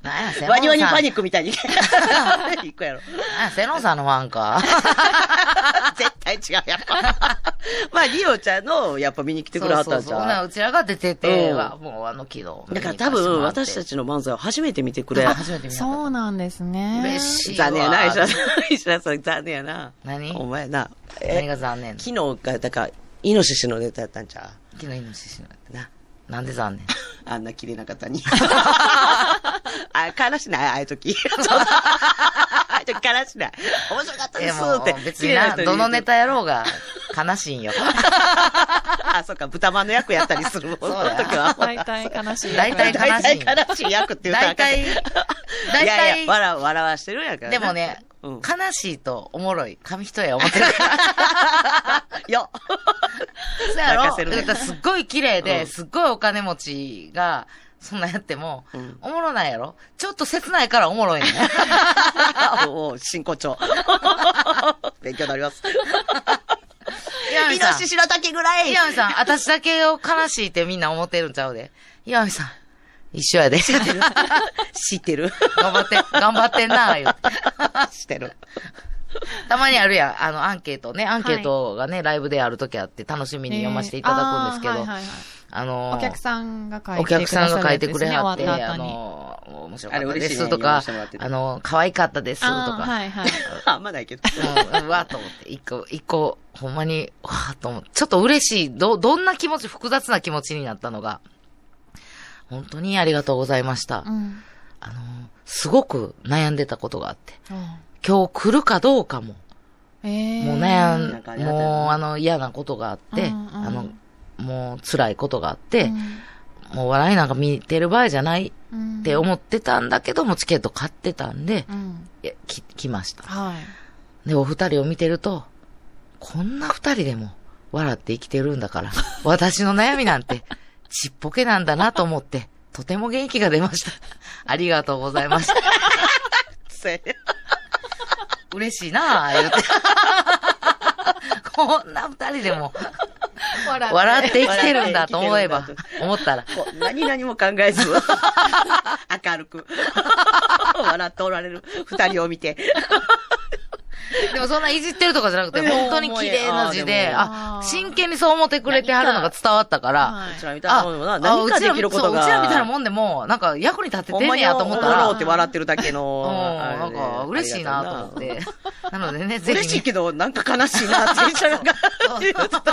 Speaker 4: なんや、セノンさん。
Speaker 3: ワニワニパニックみたいに。 一個やろ。
Speaker 4: なんやセノンさんのファンか。
Speaker 3: 絶対違う、やっ ぱ。まあ、リオちゃんの、やっぱ見に来てくれはったんち
Speaker 4: そうそうそうほな
Speaker 3: ゃう
Speaker 4: うちらが出てて、
Speaker 3: うん
Speaker 4: わもうあの、昨日。
Speaker 3: だから多分、私た
Speaker 4: ち。
Speaker 3: ちの漫才を初めて見てくれ。
Speaker 4: 初めて見た。
Speaker 5: そうなんですね。
Speaker 4: 嬉しいわ。
Speaker 3: 残念やな、石田さん。石田さん、残念やな。
Speaker 4: 何
Speaker 3: お前な。
Speaker 4: 何
Speaker 3: え、
Speaker 4: が残念
Speaker 3: 昨日が、だから、イノシシのネタやったんちゃ
Speaker 4: 昨日イノシシのや
Speaker 3: うな。
Speaker 4: つなんで 残念
Speaker 3: あんな綺麗な方に。 あ、悲し ないああいう時。ちょっとああいう時悲しない。面白かった
Speaker 4: い
Speaker 3: で
Speaker 4: や
Speaker 3: す
Speaker 4: もう
Speaker 3: って。
Speaker 4: 別
Speaker 3: 綺
Speaker 4: に
Speaker 3: 麗な
Speaker 4: な、
Speaker 3: 人に
Speaker 4: どのネタやろうが、悲しいんよ。
Speaker 3: あ、そっか、豚まんの役やったりするもん。 そ
Speaker 4: そ
Speaker 3: の
Speaker 4: うだよ
Speaker 3: 時は。
Speaker 5: 大体悲しい。
Speaker 4: 大体
Speaker 3: 大体悲しい役って言うたらあかん
Speaker 4: 大体大体
Speaker 3: いやいや、笑わ、笑わしてるんやから。
Speaker 4: でもね、
Speaker 3: うん
Speaker 4: 悲しいとおもろい、紙一重思ってるから。
Speaker 3: よ
Speaker 4: そうやろ
Speaker 3: 泣かせるね
Speaker 4: だからすっごい綺麗
Speaker 3: う
Speaker 4: で、
Speaker 3: ん
Speaker 4: すっごいお金持ちが、そんなんやっても、
Speaker 3: うん
Speaker 4: おもろないやろちょっと切ないからおもろいね。
Speaker 3: おう真骨頂。勉強になります。
Speaker 4: 岩見
Speaker 3: イ
Speaker 4: さ
Speaker 3: ノ
Speaker 4: ん
Speaker 3: シシの滝ぐらい。
Speaker 4: 岩見さん、私だけを悲しいってみんな思ってるんちゃうで。岩見さん、一緒やで。頑
Speaker 3: 知って る。
Speaker 4: 張って、 頑張ってんな、言うて。
Speaker 3: 知ってる。
Speaker 4: たまにあるやん、あの、アンケートね、アンケートがね、ライブであるときあって楽しみに読ませていただくんですけど、
Speaker 5: えーあーはい
Speaker 4: あ
Speaker 5: はいはい
Speaker 4: のー
Speaker 5: お客さんが書いて
Speaker 4: お客さんが書いてくれは
Speaker 5: は
Speaker 4: って、
Speaker 5: 終わった
Speaker 4: あ
Speaker 5: 後に。
Speaker 4: のー、面白か
Speaker 3: あれ
Speaker 4: ったで
Speaker 3: 嬉しいね
Speaker 4: すとか
Speaker 3: 読ませてもらって、て
Speaker 4: あのー、可愛かったですと
Speaker 5: あー
Speaker 4: か、
Speaker 5: はいはい。
Speaker 3: あんまないけ ど。
Speaker 4: うんうわーと思って、一個、一個、ほんまに、わーと思って、ちょっと嬉しい、ど、どんな気持ち、複雑な気持ちになったのが、本当にありがとうございました。
Speaker 5: うん。
Speaker 4: あのー、すごく悩んでたことがあって、
Speaker 5: あ
Speaker 4: 今日来るかどうかも、
Speaker 5: ーえー
Speaker 4: もう悩ん、
Speaker 3: なんか嫌だよね
Speaker 4: もうあの嫌なことがあって、
Speaker 5: うんうん
Speaker 4: あの、もう辛いことがあって、
Speaker 5: うん
Speaker 4: もう笑いなんか見てる場合じゃない
Speaker 5: うん
Speaker 4: って思ってたんだけども、チケット買ってたんで、
Speaker 5: うん。
Speaker 4: いやき来ました。
Speaker 5: はい。
Speaker 4: で、お二人を見てると、 こんな二人でも笑って生きてるんだから、私の悩みなんてちっぽけなんだなと思って、とても元気が出ました。 ありがとうございました。
Speaker 3: せ
Speaker 4: 嬉しいなあ言って。 こんな二人でも
Speaker 5: 笑って
Speaker 4: 笑って生きてるんだと思えば
Speaker 3: 笑って生きてるんだ、
Speaker 4: 思ったら。
Speaker 3: こんなに何も考えず、 明るく、 笑っておられる二人を見て。
Speaker 4: でもそんないじってるとかじゃなくて、
Speaker 3: うん
Speaker 4: 本当に綺麗な字で、
Speaker 5: あーで
Speaker 4: あ、
Speaker 5: も
Speaker 4: 真剣にそう思ってくれてはるのが伝わったから、
Speaker 5: は
Speaker 3: う
Speaker 5: い
Speaker 3: ちらみたいなもんでもな、何かできることが。
Speaker 4: あうちらそううちらみたいなもんでも、なんか役に立ててんねやと思った
Speaker 3: ほんまにおもろ
Speaker 4: ら
Speaker 3: うっ、て笑ってるだけ
Speaker 4: う
Speaker 3: の。あ
Speaker 4: ん、な
Speaker 3: れ
Speaker 4: ん
Speaker 3: で
Speaker 4: か嬉しいなと思っ。
Speaker 3: ありが
Speaker 4: て。なのでね、
Speaker 3: た
Speaker 4: ぜ
Speaker 3: い
Speaker 4: ひね。
Speaker 3: 嬉しいけど、なんか悲しいなって言っちゃう から。
Speaker 4: そうそう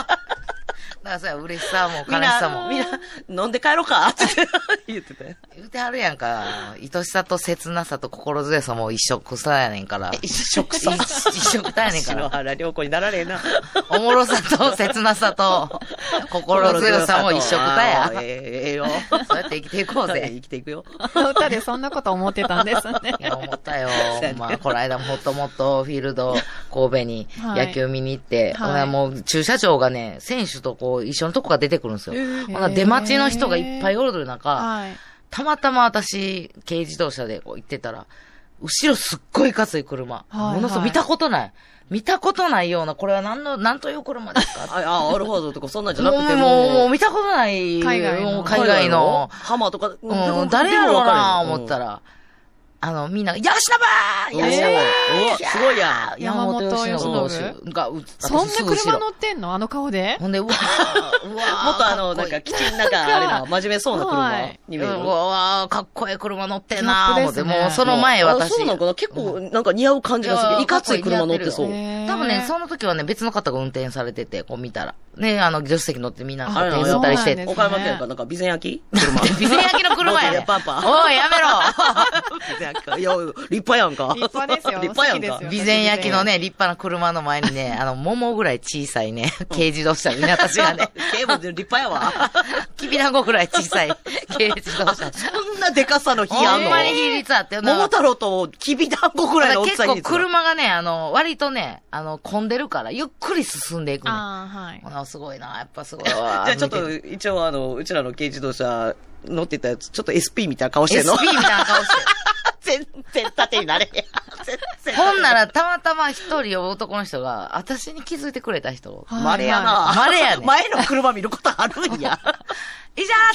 Speaker 4: だからそれは嬉しさも
Speaker 3: みん
Speaker 4: 悲しさ
Speaker 3: な、
Speaker 4: も。
Speaker 3: みんな、飲んで帰ろうかって言ってたよ。
Speaker 4: 言うてはるやんか。愛しさと切なさと心強さも一色さやねんから。
Speaker 3: 一食
Speaker 4: 一
Speaker 3: さ。
Speaker 4: 色さやねんか
Speaker 3: 篠
Speaker 4: ら。
Speaker 3: 原涼子になられえな。
Speaker 4: おもろさと切なさと心強さも一色さ
Speaker 3: あー
Speaker 4: や。
Speaker 3: ええええよ。
Speaker 4: そうやって生きていこうぜ。
Speaker 3: 生きていくよ。
Speaker 5: 歌でそんなこと思ってたんですね。
Speaker 4: いや、思った よ。まあ、この間もほっともっとフィールド神戸に
Speaker 5: はい
Speaker 4: 野球見に行って、
Speaker 5: はい
Speaker 4: ほなもう駐車場がね、選手とこう一緒のとこが出てくるんですよ。ほな出待ちの人がいっぱいおる中、
Speaker 5: はい。
Speaker 4: たまたま私、軽自動車でこう行ってたら、後ろすっごいいかつい車。
Speaker 5: いはい
Speaker 4: ものすごい見たことない。見たことないような、これは何の、何という車です か
Speaker 3: あ、あ、アルファードとかそんなんじゃ
Speaker 4: も
Speaker 3: な
Speaker 4: う、
Speaker 3: くて
Speaker 4: もう、もう見たことない。
Speaker 5: 海外の
Speaker 4: もう海外の。
Speaker 3: ハマーとか、
Speaker 4: うん、誰やろうな思った
Speaker 3: ら。
Speaker 4: ら。あの、みんな、ヤシナバー
Speaker 3: お
Speaker 4: ヤシナ
Speaker 3: ーおーすごいやん。
Speaker 4: 山本
Speaker 5: 山本
Speaker 4: 由伸
Speaker 5: 由伸
Speaker 4: 投手が、う
Speaker 5: そんな
Speaker 4: 私すぐ後
Speaker 5: 車
Speaker 4: ろ
Speaker 5: 乗ってんのあの顔で
Speaker 4: ほんで、うわーうわー
Speaker 3: もっとあの、な
Speaker 4: かっ
Speaker 3: ん
Speaker 4: こい
Speaker 3: か、
Speaker 4: い
Speaker 3: きちんなんか、あれ な、真面目そうな
Speaker 5: は
Speaker 3: 車
Speaker 5: い
Speaker 3: に見える
Speaker 4: う。わーかっこいい車乗ってんなー
Speaker 5: ギャ
Speaker 4: 思
Speaker 5: ッ
Speaker 4: っ
Speaker 5: プ
Speaker 4: て、
Speaker 5: ですね
Speaker 4: もうその前
Speaker 3: あ
Speaker 4: 私。
Speaker 3: そうなんかな結構、なんか似合う感じがす
Speaker 4: い
Speaker 3: る。
Speaker 4: や
Speaker 3: いかつい車乗ってそ
Speaker 4: か
Speaker 3: う
Speaker 4: こいい。
Speaker 5: へー
Speaker 4: 多分ね、その時はね、別の方が運転されてて、こう見たら。ね、あの、助手席乗ってみんな
Speaker 3: あれ
Speaker 4: 運
Speaker 3: な
Speaker 4: 転
Speaker 3: やっ
Speaker 4: 乗っ
Speaker 3: ぱ
Speaker 4: た
Speaker 3: り
Speaker 4: り
Speaker 5: り
Speaker 4: し
Speaker 5: してて
Speaker 3: して、岡山県かなんか備前焼き
Speaker 4: 車。 備前焼きの 車やね。
Speaker 3: パン パン
Speaker 4: おい、やめろ
Speaker 3: 備前焼きか。いや、立派やんか。
Speaker 5: 立派です よ
Speaker 3: 立派やん
Speaker 5: 好き
Speaker 3: か
Speaker 5: で。
Speaker 4: 備前焼きのね、 立派な車の前にね、あの、桃ぐらい小さいね、軽自動車にね、私 が ね、
Speaker 3: 警部立派やわ。
Speaker 4: きびだんごぐらい小さい軽自動車。
Speaker 3: こんなでかさの日あ
Speaker 4: ほ
Speaker 3: ん
Speaker 4: ん
Speaker 3: の
Speaker 4: まに比率あってよ
Speaker 3: 桃太郎ときびだんごぐらいの大き
Speaker 4: 結
Speaker 3: さに。
Speaker 4: 構車がね、あの、割とね、あの、混んでるから、ゆっくり進んでいくの。
Speaker 5: ああ、はい。
Speaker 4: ほなすごいな、やっぱすごいわ。
Speaker 3: じゃあちょっ
Speaker 4: 見て
Speaker 3: と、一応あの、うちらの軽自動車乗ってたやつ、ちょっと SP みたいな顔してん
Speaker 4: SP
Speaker 3: の。
Speaker 4: みたいな顔して。
Speaker 3: 全然縦になれへん。全然
Speaker 4: ほんなら、たまたま一人男の人が、私に気づいてくれた人。
Speaker 5: はい
Speaker 3: まれやな。
Speaker 4: まれやね
Speaker 3: 前の車見ることあるんや。
Speaker 4: 石原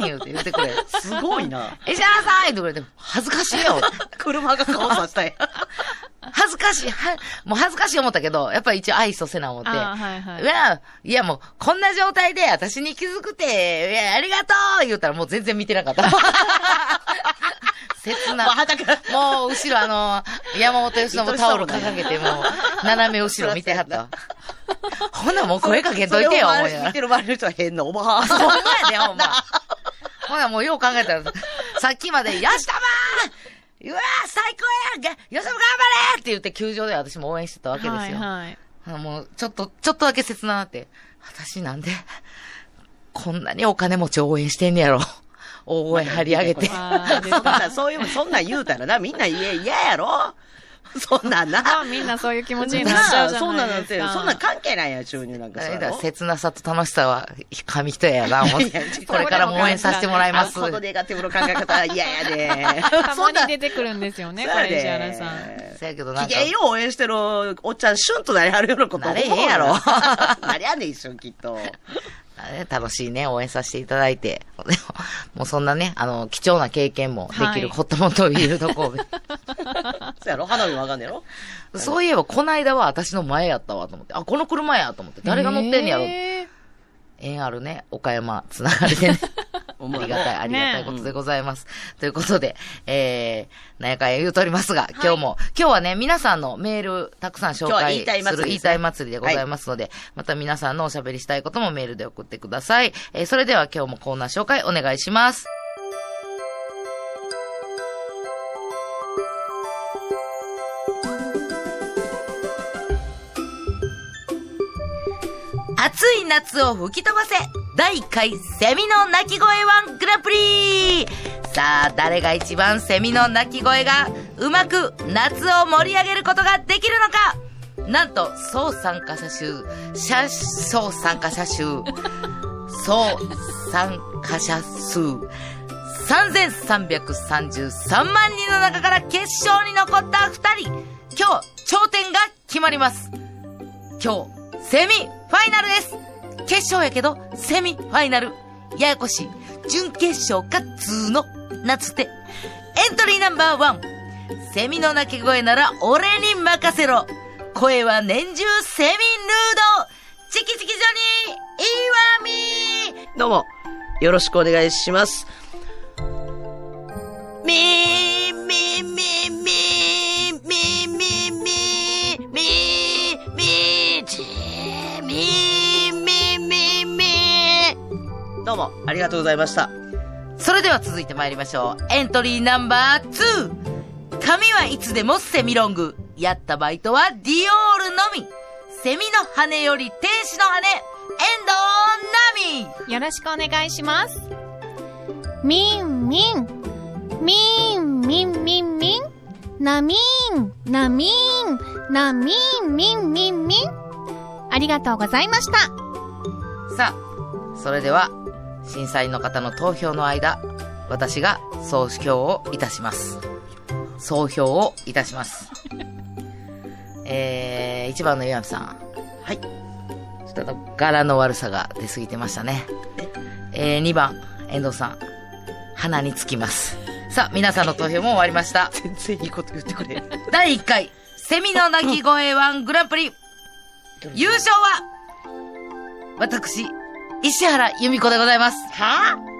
Speaker 4: さん言うて言ってくれ。
Speaker 3: すごいな。
Speaker 4: 石原さん言うてくれて、恥ずかしいよ。
Speaker 3: 車が顔さしたい。
Speaker 4: 恥ずかしい。はもう恥ずかしい思ったけど、やっぱり一応愛想せな思って。
Speaker 5: あーはいはい
Speaker 4: いや、いやもう、こんな状態で私に気づくて、いや、ありがとう言うたらもう全然見てなかった。切な。
Speaker 3: 畑が
Speaker 4: もう、後ろ、あの、山本由伸タオル掲げて、もう、斜め後ろ見てはったわ。ほな、もう 声かけとい
Speaker 3: そ
Speaker 4: てよ、
Speaker 3: れを
Speaker 4: 思
Speaker 3: 周り
Speaker 4: いな
Speaker 3: に
Speaker 4: が
Speaker 3: 見
Speaker 4: ら。
Speaker 3: てる周りの人は変なおば はん。
Speaker 4: ほんまやで、ほんま。ほな、もうよう考えたら、さっきまで、よし、たまーうわー、最高やんよし、頑張れって言って、球場で私も応援してたわけですよ。
Speaker 5: はいはい。
Speaker 4: あもう、ちょっと、ちょっとだけ切ななって。私なんで、こんなにお金持ちを応援してんねやろ。大声張り上げて。
Speaker 5: あー出
Speaker 3: そん
Speaker 5: た
Speaker 3: な、そういう、そんなん言うたらな、みんな嫌ややろそんなんな。
Speaker 5: まあみんなそういう気持ちになっちゃ
Speaker 3: な
Speaker 5: うじゃ
Speaker 3: そんなん
Speaker 5: ない
Speaker 3: なっ
Speaker 5: で
Speaker 3: て
Speaker 5: す
Speaker 3: る。
Speaker 5: か。
Speaker 3: そんなん関係ないや、収入なんか
Speaker 4: だ
Speaker 3: そう
Speaker 4: か
Speaker 3: や
Speaker 4: ら
Speaker 3: ろ。
Speaker 4: 切なさと楽しさは、紙一重やな、思っ
Speaker 3: いやい
Speaker 4: て
Speaker 3: や。
Speaker 4: これからも応援させてもらい
Speaker 3: あ、
Speaker 4: ます。
Speaker 3: このネガティブの考え方は嫌やで。
Speaker 5: たまに出てくるんですよね、これ、石原さん。
Speaker 4: せやけどなん
Speaker 3: 機
Speaker 4: か
Speaker 3: 嫌、よう応援してるおっちゃん、シュンとなりはるようなこと
Speaker 4: なれへんやろ
Speaker 3: 思 うななりゃねん、一緒にきっと。
Speaker 4: ね楽しいね、応援させていただいて。 でももうそんなね、あの、貴重な経験もできる、
Speaker 5: はい
Speaker 4: ほっともといる とこ。
Speaker 3: そうやろ花火もわかんねやろ
Speaker 4: そういえば、こないだは私の前やったわ、と思って。あ、この車や、と思って。誰が乗ってんねやろ。
Speaker 5: え
Speaker 4: 縁あるね、岡山、つながり でね。
Speaker 3: お
Speaker 4: あ
Speaker 3: 前
Speaker 4: りがたい、ありがたいことでございます。ということで、えー、なんやかんや言うとおりますが、今日も、今日はね、皆さんのメールたくさん
Speaker 3: 今
Speaker 4: 紹
Speaker 3: 日は
Speaker 4: 介
Speaker 3: 言いたい
Speaker 4: す
Speaker 3: 祭
Speaker 4: る
Speaker 3: り
Speaker 4: 言
Speaker 3: で
Speaker 4: い
Speaker 3: すね
Speaker 4: たい祭りでございますので、また皆さんのおしゃべりしたいこともメールで送ってください。えー、それでは今日もコーナー紹介お願いします。暑い夏を吹き飛ばせ第1回セミの鳴き声ワングランプリさあ、誰が一番セミの鳴き声がうまく夏を盛り上げることができるのかなんと、総参加者数、社、総参加者数、総参加者数3333万人の中から決勝に残った2人今日頂点が決まります今日セミファイナルです決勝やけどセミファイナルややこしい準決勝か通の夏手エントリーナンバーワンセミの鳴き声なら俺に任せろ声は年中セミヌードチキチキジョニーイワミ
Speaker 3: どうも、よろしくお願いします。みー、みー、みー、みー、みー、みー、みー、みー、みー、ちー、みー、みー、みー、みー。どうも、ありがとうございました。
Speaker 4: それでは続いて参りましょう。エントリーナンバー2。髪はいつでもセミロング。やったバイトはディオールのみ。セミの羽より天使の羽。遠藤奈
Speaker 6: よろしくお願いします。みんみん。みんみんみんみん。なみん、なみん、なみんみんみんみん。ありがとうございました。
Speaker 4: 美。さあ、それでは、審査員の方の投票の間、私が総評をいたします。総評をいたします。えー、1番の岩見さん。
Speaker 3: はい。
Speaker 4: ちょっとあの柄の悪さが出過ぎてましたね。えー、2番、遠藤さん。鼻につきます。さあ、皆さんの投票も終わりました。
Speaker 3: 全然いいこと言ってくれ。
Speaker 4: 第1回、セミの鳴き声ワングランプリ。優勝は、私、石原由美子でございます。はぁ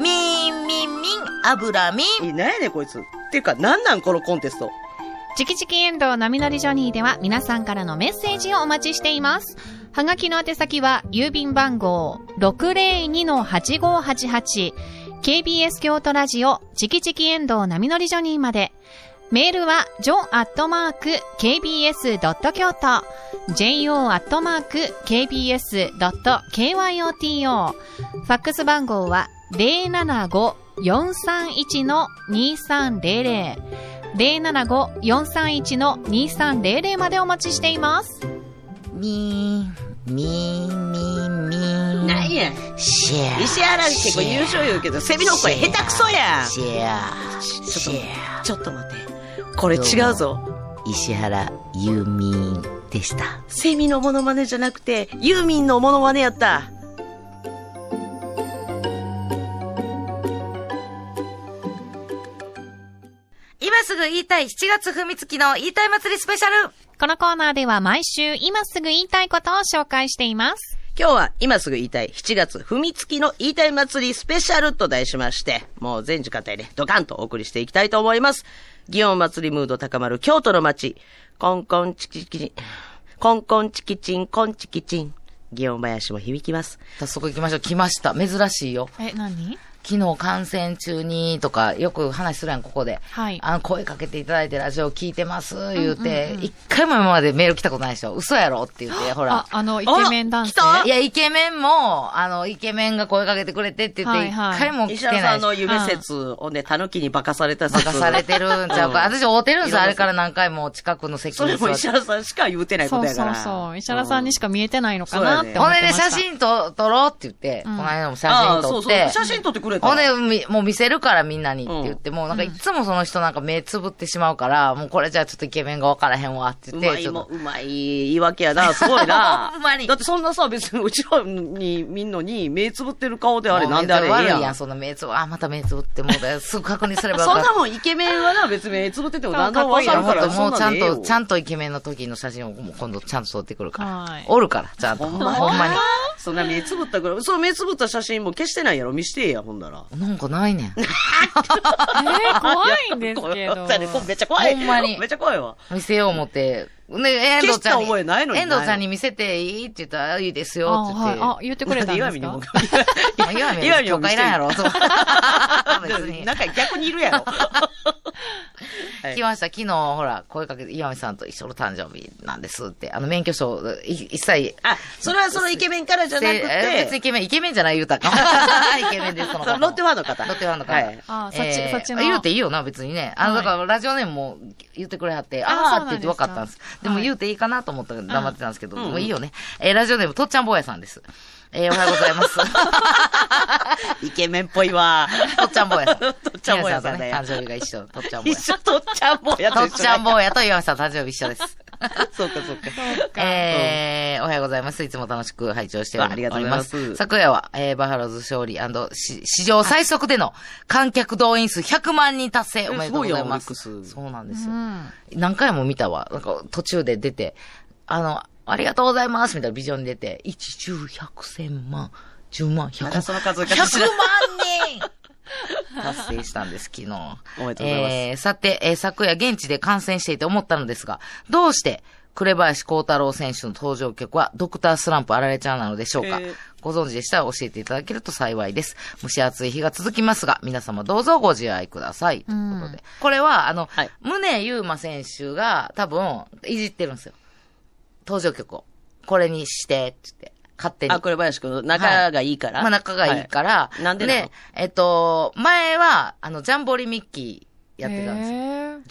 Speaker 4: みーんみんみん、油みん。
Speaker 3: いい、なんやねんこいつ。っていうか、なんなんこのコンテスト。
Speaker 6: チキチキエンドウ波乗りジョニーでは皆さんからのメッセージをお待ちしています。はがきの宛先は郵便番号 602-8588KBS 京都ラジオチキチキエンドウ波乗りジョニーまで。メールは jo.kbs.kyoto jo.kbs.kyoto ファックス番号は075-431-2300 075-431-2300までお待ちしています。
Speaker 4: みーん、みーんみーんみーん。
Speaker 3: なんやん。
Speaker 4: シェア。
Speaker 3: 石原結構優勝言うけど、セミの声下手くそやん。
Speaker 4: シェア。
Speaker 3: ち
Speaker 4: シ
Speaker 3: ょっ
Speaker 4: ェ
Speaker 3: と、ちょっと待って。これ違うぞ。
Speaker 4: ア。石原由美でした。
Speaker 3: セミのモノマネじゃなくて、ユーミンのモノマネやった。
Speaker 4: 今すぐ言いたい7月踏みつきの言いたい祭りスペシャル。
Speaker 6: このコーナーでは毎週今すぐ言いたいことを紹介して います。
Speaker 3: 今日は今すぐ言いたい7月踏みつきの言いたい祭りスペシャルと題しまして、もう全時間帯でドカンとお送りしていきたいと思います。祇園祭りムード高まる京都の街、コンコンチキチキ、コンコンチキチン、コンチキチン、祇園林も響きます。
Speaker 4: 早速行きましょう。来ました。珍しいよ。
Speaker 6: え、何
Speaker 4: 昨日感染中にとか、よく話するやん、ここで。
Speaker 6: はい
Speaker 4: あの、声かけていただいてラジオ聞いてます、言うて、一、回も今までメール来たことないでしょ。嘘やろって言って、ほら
Speaker 6: あ、。あの、イケメン男性。
Speaker 4: いや、イケメンも、あの、イケメンが声かけてくれてって言っ
Speaker 6: は
Speaker 4: て、
Speaker 6: い
Speaker 4: 一
Speaker 6: はい
Speaker 4: 回も来
Speaker 3: 石
Speaker 4: てな
Speaker 3: 原
Speaker 4: い
Speaker 3: さん
Speaker 4: し。
Speaker 3: の夢説をね、狸に化かされた説。
Speaker 4: 化かされてるんちゃうか。
Speaker 3: うん
Speaker 4: 私、会うてるんですよ。あれから何回も近くの席
Speaker 3: そ
Speaker 4: に
Speaker 3: れ
Speaker 4: 座
Speaker 3: も
Speaker 4: って
Speaker 3: 石。原さんしか言うてないこと
Speaker 6: そう
Speaker 3: やか
Speaker 6: そう
Speaker 3: ら。
Speaker 6: そう。石原さんにしか見えてないのか
Speaker 3: そう
Speaker 6: な
Speaker 3: や
Speaker 6: っ
Speaker 3: ね
Speaker 6: て思
Speaker 4: ほん
Speaker 6: っ
Speaker 4: で
Speaker 6: てま
Speaker 4: ね、
Speaker 6: した。
Speaker 4: 写真と撮ろうって言って、
Speaker 6: うん
Speaker 4: この間も写
Speaker 3: あ
Speaker 4: 真
Speaker 3: あ、そ
Speaker 4: 撮
Speaker 3: う
Speaker 4: っ
Speaker 3: そう
Speaker 4: て。。
Speaker 3: 写真撮ってくれた。
Speaker 4: ほんで、みもう見せるからみんなにって言って、もうなんか
Speaker 6: うん
Speaker 4: いつもその人なんか目つぶってしまうから、もうこれじゃちょっとイケメンがわからへんわって
Speaker 3: う
Speaker 4: 言って、
Speaker 3: まい
Speaker 4: ちょっ
Speaker 3: も、
Speaker 4: と
Speaker 3: うまい言い訳やな。すごいな。
Speaker 4: ほんまに
Speaker 3: だってそんなさ、別にうちらに見んのに、目つぶってる顔であれ、
Speaker 4: もう
Speaker 3: なんであれええ
Speaker 4: 悪いや
Speaker 3: や
Speaker 4: ん、
Speaker 3: ん。そ
Speaker 4: そんな目つぶ、あ、また目つぶって、もうだすぐ確認すればよ
Speaker 3: ん
Speaker 4: かっ
Speaker 3: なもんイケメンはな、別に目つぶっててもなんでもわ
Speaker 4: い
Speaker 3: か
Speaker 4: や、
Speaker 3: る
Speaker 4: も
Speaker 3: か
Speaker 4: っと
Speaker 3: ら、
Speaker 4: も
Speaker 3: そん
Speaker 4: うちゃ
Speaker 3: なん
Speaker 4: ん
Speaker 3: でええよ
Speaker 4: と、ちゃんとイケメンの時の写真をもう今度ちゃんと撮ってくるから。
Speaker 6: はい
Speaker 4: おるから、ちゃんと。
Speaker 3: ほん
Speaker 4: ほん
Speaker 3: ま
Speaker 4: ま
Speaker 3: に
Speaker 4: に。
Speaker 3: そんな目つぶったから、その目つぶった写真も消してないやろ、見してえや、ほんなら。
Speaker 4: なんかないねん。
Speaker 6: えー怖いんです
Speaker 3: 怖い
Speaker 6: けど。
Speaker 3: そうやねこれめっちゃ怖い。
Speaker 4: ほんまに
Speaker 3: めっちゃ怖いわ。
Speaker 4: 見せよう思って。ね、遠藤ちゃ
Speaker 3: 消し
Speaker 4: んに。
Speaker 3: た覚えないのに
Speaker 4: 遠藤ちゃんに見せていいって言ったら、いいです
Speaker 6: あ、
Speaker 4: よって言
Speaker 6: は
Speaker 4: っ
Speaker 6: い
Speaker 4: て。。
Speaker 6: あ、言ってくれたんですか
Speaker 4: まあ岩 見は許可いらんやろ、そう別
Speaker 3: なん
Speaker 4: に
Speaker 3: で。なんか逆にいるやろ。はい
Speaker 4: 来ました。昨日、ほら、声かけて、岩見さんと一緒の誕生日なんですって、あの、免許証、い一切、
Speaker 3: あ、それはそのイケメンからじゃなく
Speaker 4: せえ別に
Speaker 3: て、
Speaker 4: イケメン、イケメンじゃない言うたらあかんイケメンです、その
Speaker 3: そ
Speaker 4: 方。
Speaker 3: のロッテファンの方。
Speaker 4: ロッテファンの方。
Speaker 3: はい
Speaker 5: あそっち
Speaker 4: えー
Speaker 5: そっちの
Speaker 4: 言うていいよな、別にね。あの、
Speaker 5: は
Speaker 4: だ
Speaker 5: い
Speaker 4: から、ラジオネームも言ってくれはって、
Speaker 5: あ
Speaker 4: あ
Speaker 5: そ
Speaker 4: ー
Speaker 5: う
Speaker 4: っ
Speaker 5: な
Speaker 4: て言
Speaker 5: んです
Speaker 4: っ
Speaker 5: か
Speaker 4: て分かったんです。でも
Speaker 5: はい
Speaker 4: 言うていいかなと思ったから黙ってたんですけど、
Speaker 3: うん
Speaker 4: もういいよね。えー、ラジオネーム、とっちゃん坊やさんです。えー、おはようございます。
Speaker 3: イケメンっぽいわ。
Speaker 4: とっちゃん坊やさん。
Speaker 3: とっちゃん坊やさんね
Speaker 4: 皆と誕生日が一緒。とっちゃん坊 や
Speaker 3: 一緒とっちゃん坊や
Speaker 4: と
Speaker 3: と
Speaker 4: っ
Speaker 3: 一緒
Speaker 4: ちゃん坊やと岩見さん誕生日一緒です。
Speaker 3: そう かそうか。
Speaker 4: えー、おはようございます。いつも楽しく拝聴しております。
Speaker 3: ありがとうございます
Speaker 4: 昨夜は、えー、バファローズ勝利し史上最速での観客動員数100万人達成おめでとうございます。
Speaker 3: えすごいやんオリックス
Speaker 4: そうなんですよ、何回も見たわ。なんか途中で出て、あの、ありがとうございますみたいなビジョンに出て、1、10、100、千万、10万、100
Speaker 3: ま
Speaker 4: 万
Speaker 3: だ。その数が
Speaker 4: 100万人達成したんです、昨日。
Speaker 3: おめでとうございます
Speaker 4: えーさて、えー昨夜現地で観戦していて思ったのですが、どうして、紅林幸太郎選手の登場曲は、ドクタースランプあられちゃんなのでしょうか、
Speaker 3: えー
Speaker 4: ご存知でしたら教えていただけると幸いです。蒸し暑い日が続きますが、皆様どうぞご自愛ください。ということで。これは、あの、
Speaker 3: はい
Speaker 4: 宗優馬選手が多分、いじってるんですよ。登場曲を。これにして、って言って、勝手に。
Speaker 3: あ、これ林くん、仲がいいから。。
Speaker 4: まあ仲がいいからら。
Speaker 3: はいなんでなの
Speaker 4: えっと、前は、あの、ジャンボリミッキーやってたんです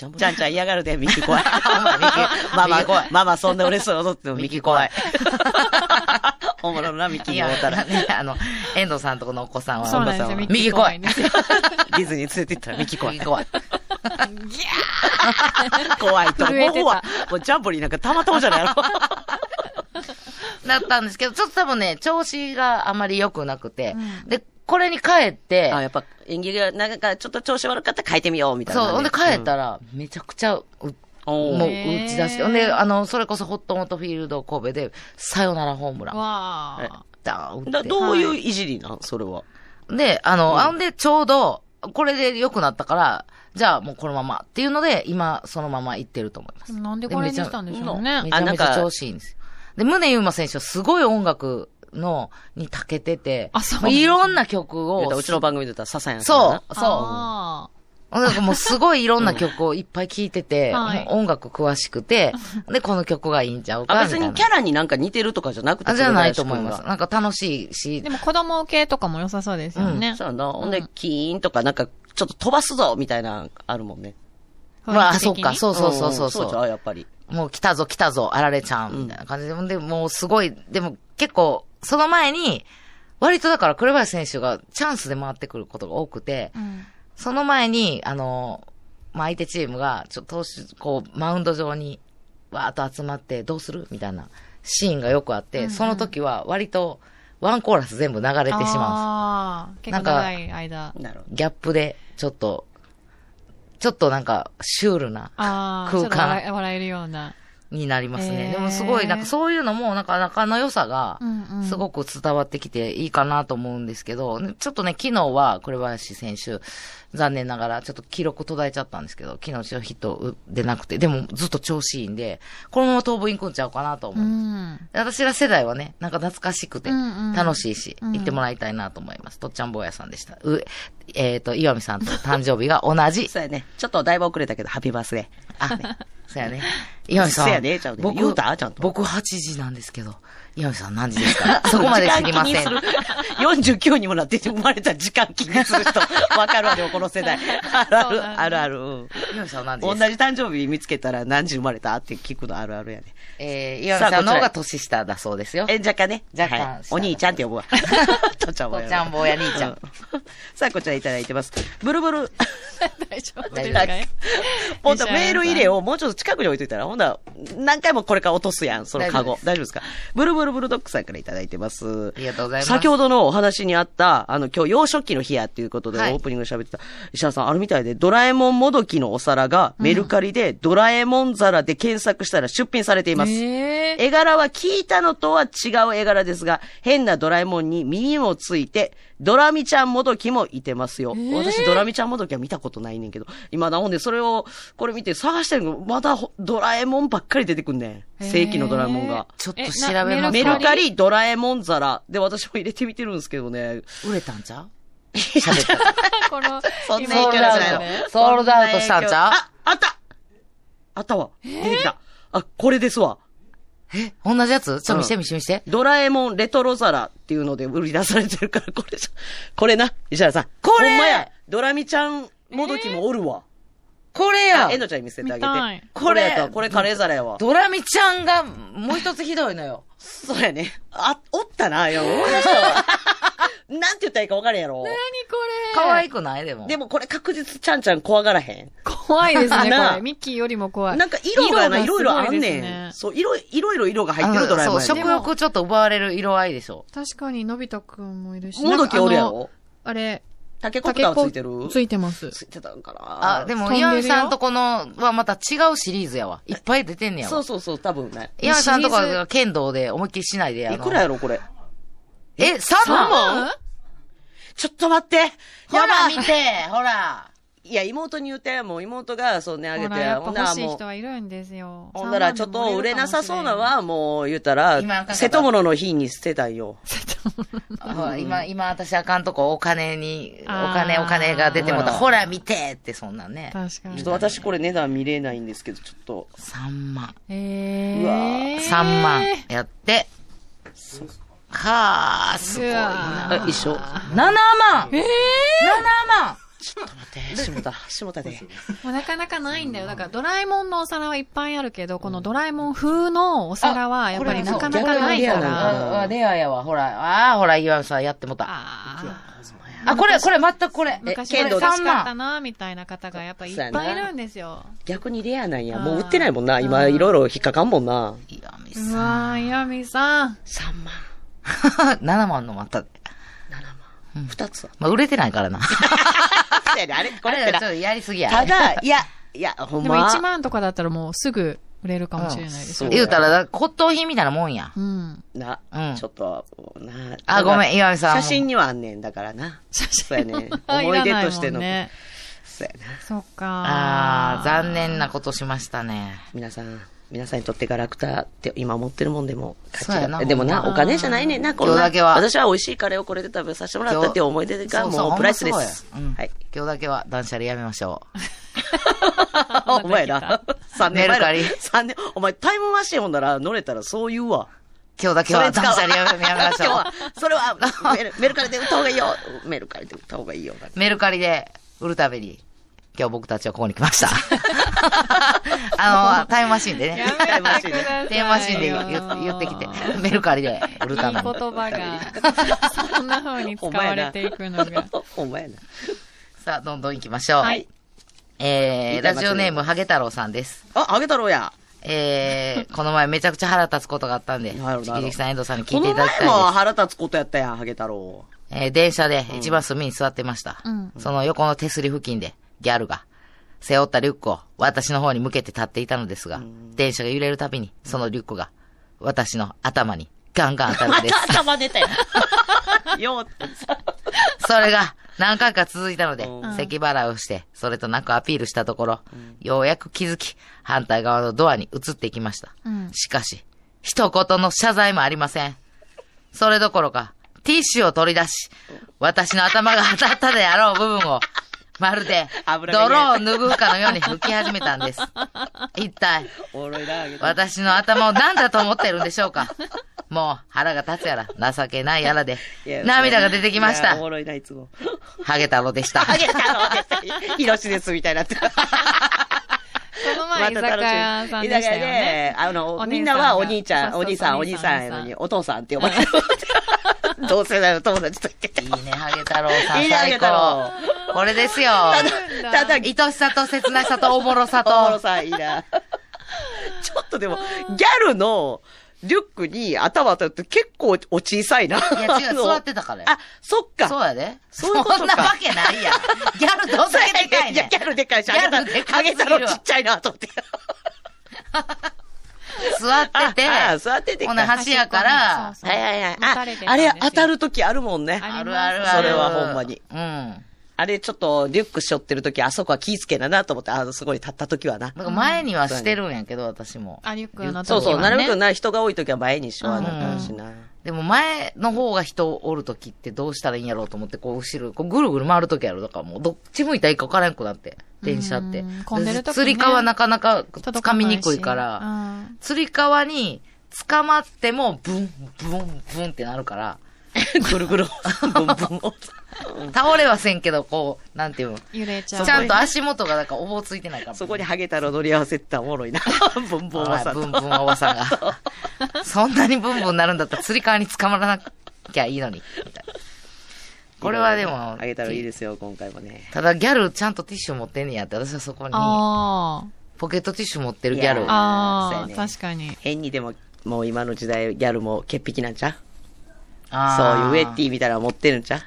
Speaker 4: よ。
Speaker 5: え
Speaker 3: ちゃんちゃん嫌がるで、 ミキ怖い。
Speaker 4: キ
Speaker 3: ママ
Speaker 4: ミキ怖い
Speaker 3: ママそんな嬉しそうに踊ってもミキ怖い。 本物のな、ミキ
Speaker 4: い
Speaker 3: に
Speaker 4: や
Speaker 3: 会うたら。
Speaker 4: ね、あの、遠藤さんとこのお子さんは、
Speaker 5: そうなんですよ。
Speaker 4: 右怖い。
Speaker 5: ですよ。
Speaker 3: ディズニー連れて行ったらミキ怖い
Speaker 4: 右。怖い。
Speaker 3: 怖いと
Speaker 5: 震えて
Speaker 3: 思うわ。もうジャンボリーなんかたまたまじゃ ないやろ。
Speaker 4: だったんですけど、ちょっと多分ね、調子があまり良くなくて、で、これに帰って、
Speaker 3: あ、やっぱ演技が、なんかちょっと調子悪かったら変えてみよう、みたいなね。
Speaker 4: そう、ほんで帰ったら、めちゃくちゃ、う
Speaker 3: おー
Speaker 4: もう
Speaker 5: へー
Speaker 4: 打ち出して、ほんで、あの、それこそホットモトフィールド神戸で、サヨナラホームラン、
Speaker 5: わ
Speaker 4: ダ
Speaker 3: う
Speaker 4: ーン
Speaker 3: ん。
Speaker 4: 打っ
Speaker 3: だ
Speaker 4: て。
Speaker 3: どういういじりなんそれは。
Speaker 4: で、あの、あんでちょうど、これで良くなったから、じゃあもうこのままっていうので、今そのまま行ってると思いま
Speaker 5: あ。
Speaker 4: す。
Speaker 5: なんでこれにしたんでしょうね。
Speaker 4: めち
Speaker 3: あ
Speaker 4: ゃ
Speaker 3: なん
Speaker 4: めち
Speaker 3: か
Speaker 4: ゃ調子いいんですよ。で、宗優馬選手はすごい音楽の、に長けてて、
Speaker 5: あそう
Speaker 4: もいろんな曲
Speaker 3: 言うた
Speaker 4: を、
Speaker 3: らうちの番組で言ったら笹谷さんやな。
Speaker 4: そう、そ
Speaker 5: あ
Speaker 4: う。なんかもうすごいいろんな曲をいっぱい聴いてて、
Speaker 5: はい
Speaker 4: もう音楽詳しくて、で、この曲がいいんちゃう
Speaker 3: あ、
Speaker 4: かみた
Speaker 3: 別
Speaker 4: いな。
Speaker 3: にキャラになんか似てるとかじゃなくて。
Speaker 4: あじゃないと思いま
Speaker 3: そ
Speaker 4: す。
Speaker 3: れが
Speaker 4: なんか楽しいし
Speaker 5: ーで、も子供系とかも良さそうですよね。
Speaker 3: そうやな。ほんで、キーンとかなんか、ちょっと飛ばすぞみたいな、あるもんね。
Speaker 4: まあ、そっか、
Speaker 5: う。
Speaker 4: そうそうそうそ
Speaker 3: ん
Speaker 4: うそう。
Speaker 3: じゃうやっぱり。
Speaker 4: もう来たぞ来たぞ、あられちゃん、みたいな感じで、で、もうすごい、でも結構、その前に、割とだから、紅林選手がチャンスで回ってくることが多くて、
Speaker 5: うん
Speaker 4: その前に、あの、まあ、相手チームが、ちょっと投手、こう、マウンド上に、わーっと集まって、どうするみたいなシーンがよくあって、その時は割と、ワンコーラス全部流れてしまうんで
Speaker 5: ああ、結構長い間。
Speaker 3: なるほ
Speaker 4: す。ギャップで、ちょっと、ちょっとなんか、シュールな
Speaker 5: ああ、
Speaker 4: 空間
Speaker 5: ちょっと笑え笑えるような。
Speaker 4: になりますね。
Speaker 5: へー
Speaker 4: でもすごい、なんかそういうのも、なかなかの良さが
Speaker 5: うんうん、
Speaker 4: すごく伝わってきていいかなと思うんですけど、ちょっとね、昨日は、紅林選手、残念ながら、ちょっと記録途絶えちゃったんですけど、昨日一応ヒット出なくて、でもずっと調子いいんで、このまま当分行くんちゃうかなと
Speaker 5: う
Speaker 4: 思う。
Speaker 5: ん。
Speaker 4: 私ら世代はね、なんか懐かしくて
Speaker 5: うんうん、
Speaker 4: 楽しいし、行ってもらいたいなと思います。とっちゃん坊やさんでした。う、えっ、と、岩見さんと誕生日が同
Speaker 3: ど。
Speaker 4: じ。
Speaker 3: そうやね。ちょっとだいぶ遅れたけど、ハッピーバースデ
Speaker 4: あ、ね、そうやね。岩見さん。
Speaker 3: そうやねちゃんと言うたちゃんと
Speaker 4: 僕8時なんですけど、岩見さん何時です かそこまで知りませ
Speaker 3: 時間気
Speaker 4: ん。
Speaker 3: にする。49にもなって生まれた時間気にする人。わかるわ、でもこの世 代。あるあ
Speaker 5: そうなん
Speaker 3: る、
Speaker 5: だ
Speaker 3: あるある。うん
Speaker 4: 岩見さん何時
Speaker 3: 同
Speaker 4: です
Speaker 3: じ
Speaker 4: か
Speaker 3: 誕生日見つけたら何時生まれたって聞くのあるあるやね。
Speaker 4: えー、岩見さんの方が年下だそうですよ。
Speaker 3: え、若干ね。
Speaker 4: 若干
Speaker 3: はいお兄ちゃんって呼ぶわ。 とっちゃん坊や。
Speaker 4: とっちゃん坊や兄ちゃん
Speaker 3: う。さあ、こちらいただいてます。ブルブ ル。
Speaker 5: 大丈夫ですか
Speaker 3: ほんとメール入れをもうちょっと近くに置いといたら、ほんなら何回もこれから落とすやん、そのカゴ。大丈夫ですかブルブルブルドッグさんからいただいてます。あ
Speaker 4: りがとうございます
Speaker 3: 先ほどのお話にあった、あの、今日洋食器の日やっていうことでオ
Speaker 4: はい
Speaker 3: ープニングで喋ってた、石原さん、あるみたいで、ドラえもんもどきのお皿がメルカリで、ドラえもん皿で検索したら出品されています。
Speaker 5: ええ。
Speaker 3: 絵柄は聞いたのとは違う絵柄ですが、変なドラえもんに耳もついて、ドラミちゃんもどきもいてますよ。私、ドラミちゃんもどきは見たことないねんけど。今な、ほんで、それを、これ見て探してるの、まだほドラえもんばっかり出てくんねん。正規のドラえもんが。
Speaker 4: ちょっと調べます
Speaker 5: えな
Speaker 4: え
Speaker 3: メルカ
Speaker 5: リ
Speaker 3: リ、ドラえもん皿で私も入れてみてるんですけどね。
Speaker 4: 売れたんちゃう喋った。
Speaker 5: この、
Speaker 3: そんな
Speaker 4: ソー
Speaker 3: 影響
Speaker 4: ル
Speaker 3: 力
Speaker 4: ドア
Speaker 3: ない
Speaker 4: ウ
Speaker 3: の
Speaker 4: ト。。ソールドアウトしたんちゃう
Speaker 3: あ、あったあったわ。出てきた。あ、これですわ。
Speaker 4: え、同じやつちょ、見して見して見して。
Speaker 3: ドラえもんレトロ皿っていうので売り出されてるから、これじゃ、これな、石原さん。
Speaker 4: これ
Speaker 3: ほんまや、ドラミちゃんもどきもおるわ。
Speaker 4: これや
Speaker 3: えのちゃんに見せてあ
Speaker 5: 見た
Speaker 3: げ
Speaker 5: い
Speaker 3: て。これやったわこれカレー皿やわ。
Speaker 4: ドラミちゃんが、もう一つひどいのよ。
Speaker 3: そうやね。あ、おったな、いや、思い出したわ。なんて言ったらいいか分からんやろ。
Speaker 4: 可愛くないでも。
Speaker 3: でもこれ確実ちゃんちゃん怖がらへん。
Speaker 5: 怖いですね、
Speaker 3: なあ
Speaker 5: これ。ミッキーよりも怖い。
Speaker 3: なんか色がな、いろいろあん
Speaker 5: 色がすごいです
Speaker 3: ねん。そう、いろいいろいろ色が入っ
Speaker 4: あ
Speaker 3: て
Speaker 4: の
Speaker 3: るドラえもん
Speaker 4: そう、
Speaker 3: やね
Speaker 4: 食欲ちょっと奪われる色合いでしょ。
Speaker 5: 確かに、のび太くんもいるし。
Speaker 3: もどきおるやろ
Speaker 5: あれ、
Speaker 3: 竹コプターついてる
Speaker 5: ついてます。
Speaker 3: ついてたんかな
Speaker 4: あ、で
Speaker 5: 飛ん
Speaker 4: も、
Speaker 5: でるよ
Speaker 4: 岩見さんとこのはまた違うシリーズやわ。いっぱい出てんねや
Speaker 3: そう
Speaker 4: わ。
Speaker 3: そうそう、多分ね。
Speaker 4: 岩見さんとこ
Speaker 5: シリー
Speaker 4: は剣道で思いっきりしないでや
Speaker 3: い
Speaker 4: の
Speaker 3: くらやろ、これ。
Speaker 4: え、3本
Speaker 5: うん
Speaker 3: ちょっと待って
Speaker 4: ほ
Speaker 3: や
Speaker 4: ら
Speaker 3: ばい
Speaker 4: 見てほら
Speaker 3: いや、妹に言って、もう妹が、そうね、あげて、
Speaker 5: ほら、やっ
Speaker 3: ほんな
Speaker 5: ぱ
Speaker 3: ら
Speaker 5: 欲しい
Speaker 3: も
Speaker 5: 人はいるんですよ。
Speaker 3: う、ほんなら、ちょっと売れなさそうなは、もう、言った、
Speaker 4: 今あからんかった
Speaker 3: 瀬戸物の日に捨てたいよ。
Speaker 4: ほら、今、今私あかんとこお金に、お
Speaker 5: あー
Speaker 4: 金お金が出てもうた。
Speaker 3: ほら
Speaker 4: ほら見てってそんなんね。
Speaker 5: 確か
Speaker 3: ちょっ
Speaker 5: に。
Speaker 3: と私これ値段見れないんですけど、ちょっと、
Speaker 4: 3万。
Speaker 5: え
Speaker 3: うわ
Speaker 5: ー。
Speaker 4: 3万やって。かー、すごいな。
Speaker 3: あ一緒。
Speaker 4: 7万
Speaker 5: え
Speaker 4: !7
Speaker 5: ー
Speaker 4: 万
Speaker 3: で下田、下田で。
Speaker 5: もうなかなかないんだよ。だから、ドラえもんのお皿はいっぱいあるけど、このドラえもん風のお皿は、やっぱりなかなかない
Speaker 3: これはそう逆にレ
Speaker 5: か
Speaker 3: アな
Speaker 5: ら。
Speaker 4: ああレアやわ。ほら、あーほら、岩見さんやってもた。
Speaker 5: あー
Speaker 4: あ、これ、これ、全くこれ。
Speaker 5: 昔
Speaker 3: え剣
Speaker 5: は
Speaker 3: 道
Speaker 5: 嬉
Speaker 3: で
Speaker 5: し
Speaker 4: 3
Speaker 5: かった
Speaker 4: 万。
Speaker 5: な、みたいな方がやっぱいっぱいいるんですよ。
Speaker 3: 逆にレアなんや。もう
Speaker 5: あ
Speaker 3: 売
Speaker 5: ー
Speaker 3: ってないもんな。今、いろいろ引っかかんもんな。
Speaker 4: 岩見
Speaker 5: う
Speaker 4: さん。
Speaker 5: わー、岩見さん。
Speaker 3: 3万。
Speaker 4: 7万のまた。
Speaker 3: 2つは。
Speaker 4: まあ、売れてない からな。
Speaker 3: そうやねあれ、こ
Speaker 4: あ
Speaker 3: れっ
Speaker 4: れ
Speaker 3: てな
Speaker 4: はちょっとやりすぎや。
Speaker 3: た だ、いや、いや、ほん
Speaker 5: でも
Speaker 3: ま。
Speaker 5: 1万とかだったらもうすぐ売れるかもしれないですよ。
Speaker 4: 言うたら、骨董品みたいなもんや。
Speaker 5: うん。
Speaker 3: な、
Speaker 4: うん
Speaker 3: ちょっと、な。
Speaker 4: あ、ごめん、
Speaker 3: 今。
Speaker 4: 岩見さん。
Speaker 3: 写真にはあんねん、だからな。
Speaker 5: 写真
Speaker 3: そうや ね。
Speaker 5: は
Speaker 3: 思い出として
Speaker 5: らないも
Speaker 3: の。
Speaker 5: んね。
Speaker 3: そうやな。
Speaker 5: そっか
Speaker 4: あー、残念なことしましたね。
Speaker 3: 皆さん、皆さんにとってガラクタって今持ってるもんでも価値が
Speaker 4: そうやな
Speaker 3: でもな、
Speaker 4: ほん
Speaker 3: お
Speaker 4: ま
Speaker 3: 金じゃないねんな、この
Speaker 4: 今日だけは
Speaker 3: 私は美味しいカレーをこれで食べさせてもらったっていう思い出が
Speaker 4: そうそう
Speaker 3: もうプライスです。
Speaker 4: ほんまそうやうん
Speaker 3: はい。
Speaker 4: 今日だけは断捨離やめましょ う。
Speaker 3: お前 な。3年前
Speaker 4: メル
Speaker 3: ら。
Speaker 4: カリ
Speaker 3: 三年、お前タイムマシンほんなら乗れたらそう言うわ。
Speaker 4: 今日だけは断捨離やめやめまし
Speaker 3: 今日
Speaker 4: ょ
Speaker 3: はそれはメルメルカリで売った方がいいよ。メルカリで売った方がいいよ。
Speaker 4: う。メルカリで売るために、今日僕たちはここに来ました。 あの、タイムマシンでね。
Speaker 5: やめてくださいよ。
Speaker 4: タイムマシンで言言ってきて。メルカリで売
Speaker 5: い
Speaker 4: る
Speaker 5: い言
Speaker 4: ために。
Speaker 5: 葉が、そんな風に使
Speaker 3: ほんま
Speaker 5: わ
Speaker 3: や
Speaker 5: れ
Speaker 3: な
Speaker 5: て いくのが。。
Speaker 3: ほんまやな。
Speaker 4: さあ、どんどん行きましょう。
Speaker 5: はい
Speaker 4: えー、ラジオネーム、ハゲ太郎さんです。
Speaker 3: あ、あげたろうや。
Speaker 4: えー、この前めちゃくちゃ腹立つことがあったんで、チ
Speaker 3: なるほど
Speaker 4: キジキさん、遠藤さんに聞
Speaker 3: こ
Speaker 4: いて
Speaker 3: の
Speaker 4: いただきたい
Speaker 3: 前
Speaker 4: です
Speaker 3: も。腹立つことやったやん、ハゲ太郎。
Speaker 4: えー電車で一番隅に座ってました。
Speaker 5: うん
Speaker 4: その横の手すり付近で、ギャルが、背負ったリュックを私の方に向けて立っていたのですが、電車が揺れるたびに、そのリュックが、私の頭にガンガン当たるんです。
Speaker 3: 頭出たよ。よう、
Speaker 4: それが、何回か続いたので、
Speaker 3: うん
Speaker 4: 咳払いをして、それとなくアピールしたところ、ようやく気づき、反対側のドアに移っていきました。
Speaker 5: うん
Speaker 4: しかし、一言の謝罪もありません。それどころか、ティッシュを取り出し、私の頭が当たったであろう部分を、まるで
Speaker 3: 油、が
Speaker 4: 泥を
Speaker 3: 入れ
Speaker 4: 拭うかのように拭き始めたんです。一体、
Speaker 3: おもろいな、ハゲ太郎。
Speaker 4: 私の頭を何だと思ってるんでしょうかもう腹が立つやら、情けないやらで
Speaker 3: いや、
Speaker 4: 涙が出てきまし
Speaker 3: いや
Speaker 4: た
Speaker 3: お。もろいな、いつも。
Speaker 4: ハゲ太郎でした。
Speaker 3: ハゲ太郎ひろしです、みたいに なって。
Speaker 5: この前、居酒屋さんでしたよね。
Speaker 3: あの
Speaker 5: お、姉さんが
Speaker 3: みんなはお兄ちゃん、
Speaker 5: そうそう
Speaker 3: お兄さん、
Speaker 5: お
Speaker 3: お
Speaker 5: 兄
Speaker 3: 兄
Speaker 5: さん
Speaker 3: さんやのに、お父さんって呼ばれて る。同世代の友達と言って
Speaker 4: いいね、ハゲ太郎さ
Speaker 3: い
Speaker 4: ん。
Speaker 3: いねハゲ
Speaker 4: 最
Speaker 3: 太郎
Speaker 4: 高。これですよ。
Speaker 5: だ
Speaker 3: ただ、
Speaker 4: 愛しさと切なさとおもろさ
Speaker 3: おもろ
Speaker 4: と。
Speaker 3: さんいいな。 ちょっとでも、ギャルのリュックに頭当たるって結構お小さいな。い
Speaker 4: いや、違う、座ってたからよ
Speaker 3: あ。、そっか。
Speaker 4: そうやで。
Speaker 3: そういうことか
Speaker 4: そんなわけないやん。ギャルどんだけでか い
Speaker 3: いや、
Speaker 4: ね
Speaker 3: ギャルでかいし、
Speaker 4: ギャ
Speaker 3: あ
Speaker 4: ル
Speaker 3: げ
Speaker 4: で
Speaker 3: た、あ
Speaker 4: かすぎ
Speaker 3: げ
Speaker 4: る
Speaker 3: た
Speaker 4: わ
Speaker 3: のちっちゃいなと思って。
Speaker 4: ん。座って て。
Speaker 3: ああ座ってて
Speaker 4: ほな、
Speaker 5: 端
Speaker 4: 箸やから。
Speaker 5: そうそう
Speaker 3: はいはいはい。
Speaker 5: 打た
Speaker 3: あ
Speaker 5: れて、た
Speaker 3: あ
Speaker 5: んです
Speaker 3: れ
Speaker 5: よ
Speaker 3: 当たるときあるもんね。
Speaker 5: あ
Speaker 4: あるあるある。
Speaker 3: それはほんまに。
Speaker 4: うん。
Speaker 3: あれちょっとリュック背負ってるとき、あそこは気ぃつけななと思って、あの、すごい立ったときはな
Speaker 4: な。んか前にはしてるんやけど、私も。
Speaker 5: あ、リュックの時はね
Speaker 3: そうそう、なるべくな、人が多いときは前にしような感じな。
Speaker 4: でも前の方が人おるときってどうしたらいいんやろうと思って、こう後ろ、こうぐるぐる回るときやろ。だからもうどっち向いたらいいか分からんくなって、電車って
Speaker 6: うん。混んでる時ね
Speaker 4: 釣り革なかなか
Speaker 6: 届
Speaker 4: 掴みにくいから。
Speaker 6: な
Speaker 4: 釣り革に捕まっても、ブン、ブン、ブンってなるから、
Speaker 3: ぐるぐる、ブンブン。
Speaker 4: 倒れはせんけど、こう、なんていうの。
Speaker 6: いしうん揺れち
Speaker 4: ち
Speaker 6: ゃう。
Speaker 4: ゃんと足元がなんかおぼついてないから。
Speaker 3: そこにハゲ太郎乗り合わせっておもろ いな。ブンブンおばさん
Speaker 4: ブン
Speaker 3: と。
Speaker 4: ブンおばさんが。 そんなにブンブンなるんだったら釣り革に捕まらなきゃいいのに。みたいなこれはでも
Speaker 3: ハゲ太郎いいですよ、今回もね。
Speaker 4: ただギャルちゃんとティッシュ持ってんねやって、私はそこに
Speaker 6: あ
Speaker 4: ポケットティッシュ持ってるギャ
Speaker 3: い
Speaker 4: ル。
Speaker 6: あ。あ
Speaker 3: そうや
Speaker 6: あ、
Speaker 3: ね
Speaker 6: 確かに。
Speaker 3: 変にでも、もう今の時代、ギャルも潔癖なんちゃう
Speaker 4: あ
Speaker 3: そういうウェッテ
Speaker 4: ィ。
Speaker 3: ィみたいなの持ってるんちゃう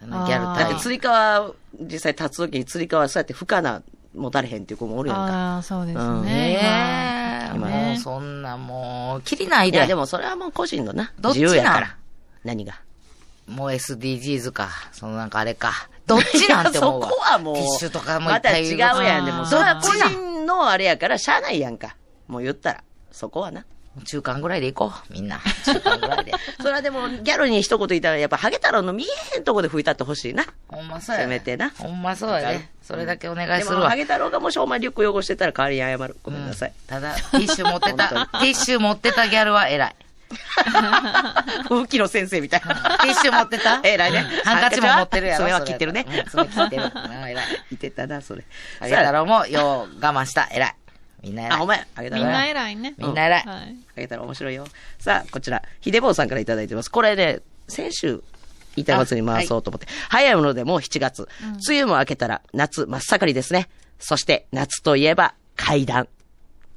Speaker 4: ギャル
Speaker 3: だっ
Speaker 4: タ
Speaker 3: て
Speaker 4: イプ。
Speaker 3: 釣り革、実際立つ時に釣り革そうやって不可な、持たれへんっていう子もおるやんか。
Speaker 6: ああ、そうです
Speaker 3: うん
Speaker 6: ね。
Speaker 4: ねえ。
Speaker 3: 今
Speaker 4: もうそんなもう、きりない
Speaker 3: いや、
Speaker 4: で。
Speaker 3: でもそれはもう個人のな、
Speaker 4: どっ
Speaker 3: 自
Speaker 4: ちなん
Speaker 3: 由やから。何が
Speaker 4: もう SDGs か。そのなんかあれか。どっちなんて思 うわ。
Speaker 3: そこはもう。
Speaker 4: ティッシュとかもい
Speaker 3: ま
Speaker 4: ったぱ
Speaker 3: 違
Speaker 4: いうるわ
Speaker 3: やん。で
Speaker 6: あ
Speaker 3: も、
Speaker 6: ー
Speaker 3: それは
Speaker 4: どっ
Speaker 3: 個
Speaker 4: ちなん
Speaker 3: 人のあれやから、しゃあないやんか。もう言ったら。そこはな。
Speaker 4: 中間ぐらいで行こう。みんな。中間ぐらいで。
Speaker 3: それはでも、ギャルに一言言ったら、やっぱ、ハゲ太郎の見えへんとこで拭いた ってほしいな。
Speaker 4: ほんまそうや
Speaker 3: せ
Speaker 4: ね
Speaker 3: めてな。
Speaker 4: ほんまそうや
Speaker 3: わかる
Speaker 4: ね。それだけお願い
Speaker 3: ですも、
Speaker 4: るわ
Speaker 3: ハ。ゲ太郎がもしお前リュック汚してたら代わりに謝る。ごめんなさい。
Speaker 4: ただ、ティッシュ持ってた、
Speaker 3: 本
Speaker 4: ティッシュ持ってたギャルは偉い。
Speaker 3: 吹きの先生みたいな。
Speaker 4: ティッシュ持ってた
Speaker 3: えらいね。
Speaker 4: ハンカチも持ってるやろ。
Speaker 3: 爪は切ってるね。
Speaker 4: それうん爪切ってる。うん偉い。
Speaker 3: 切ってたな、それ。
Speaker 4: あげたろうも、よう我慢した。偉い。みんな偉い。
Speaker 3: あ、ほんまや。あげた
Speaker 6: みん
Speaker 3: ろ。
Speaker 6: な
Speaker 3: あ
Speaker 6: 偉いね。
Speaker 4: みんな偉い。
Speaker 6: はい。
Speaker 3: げたら面白いよ。さあ、こちら、ひでぼうさんからいただいてます。これね、先週、言いたいことに回そうと思って。早いものでもう7月。梅雨も明けたら夏真っ盛りですね。そして、夏といえば階段。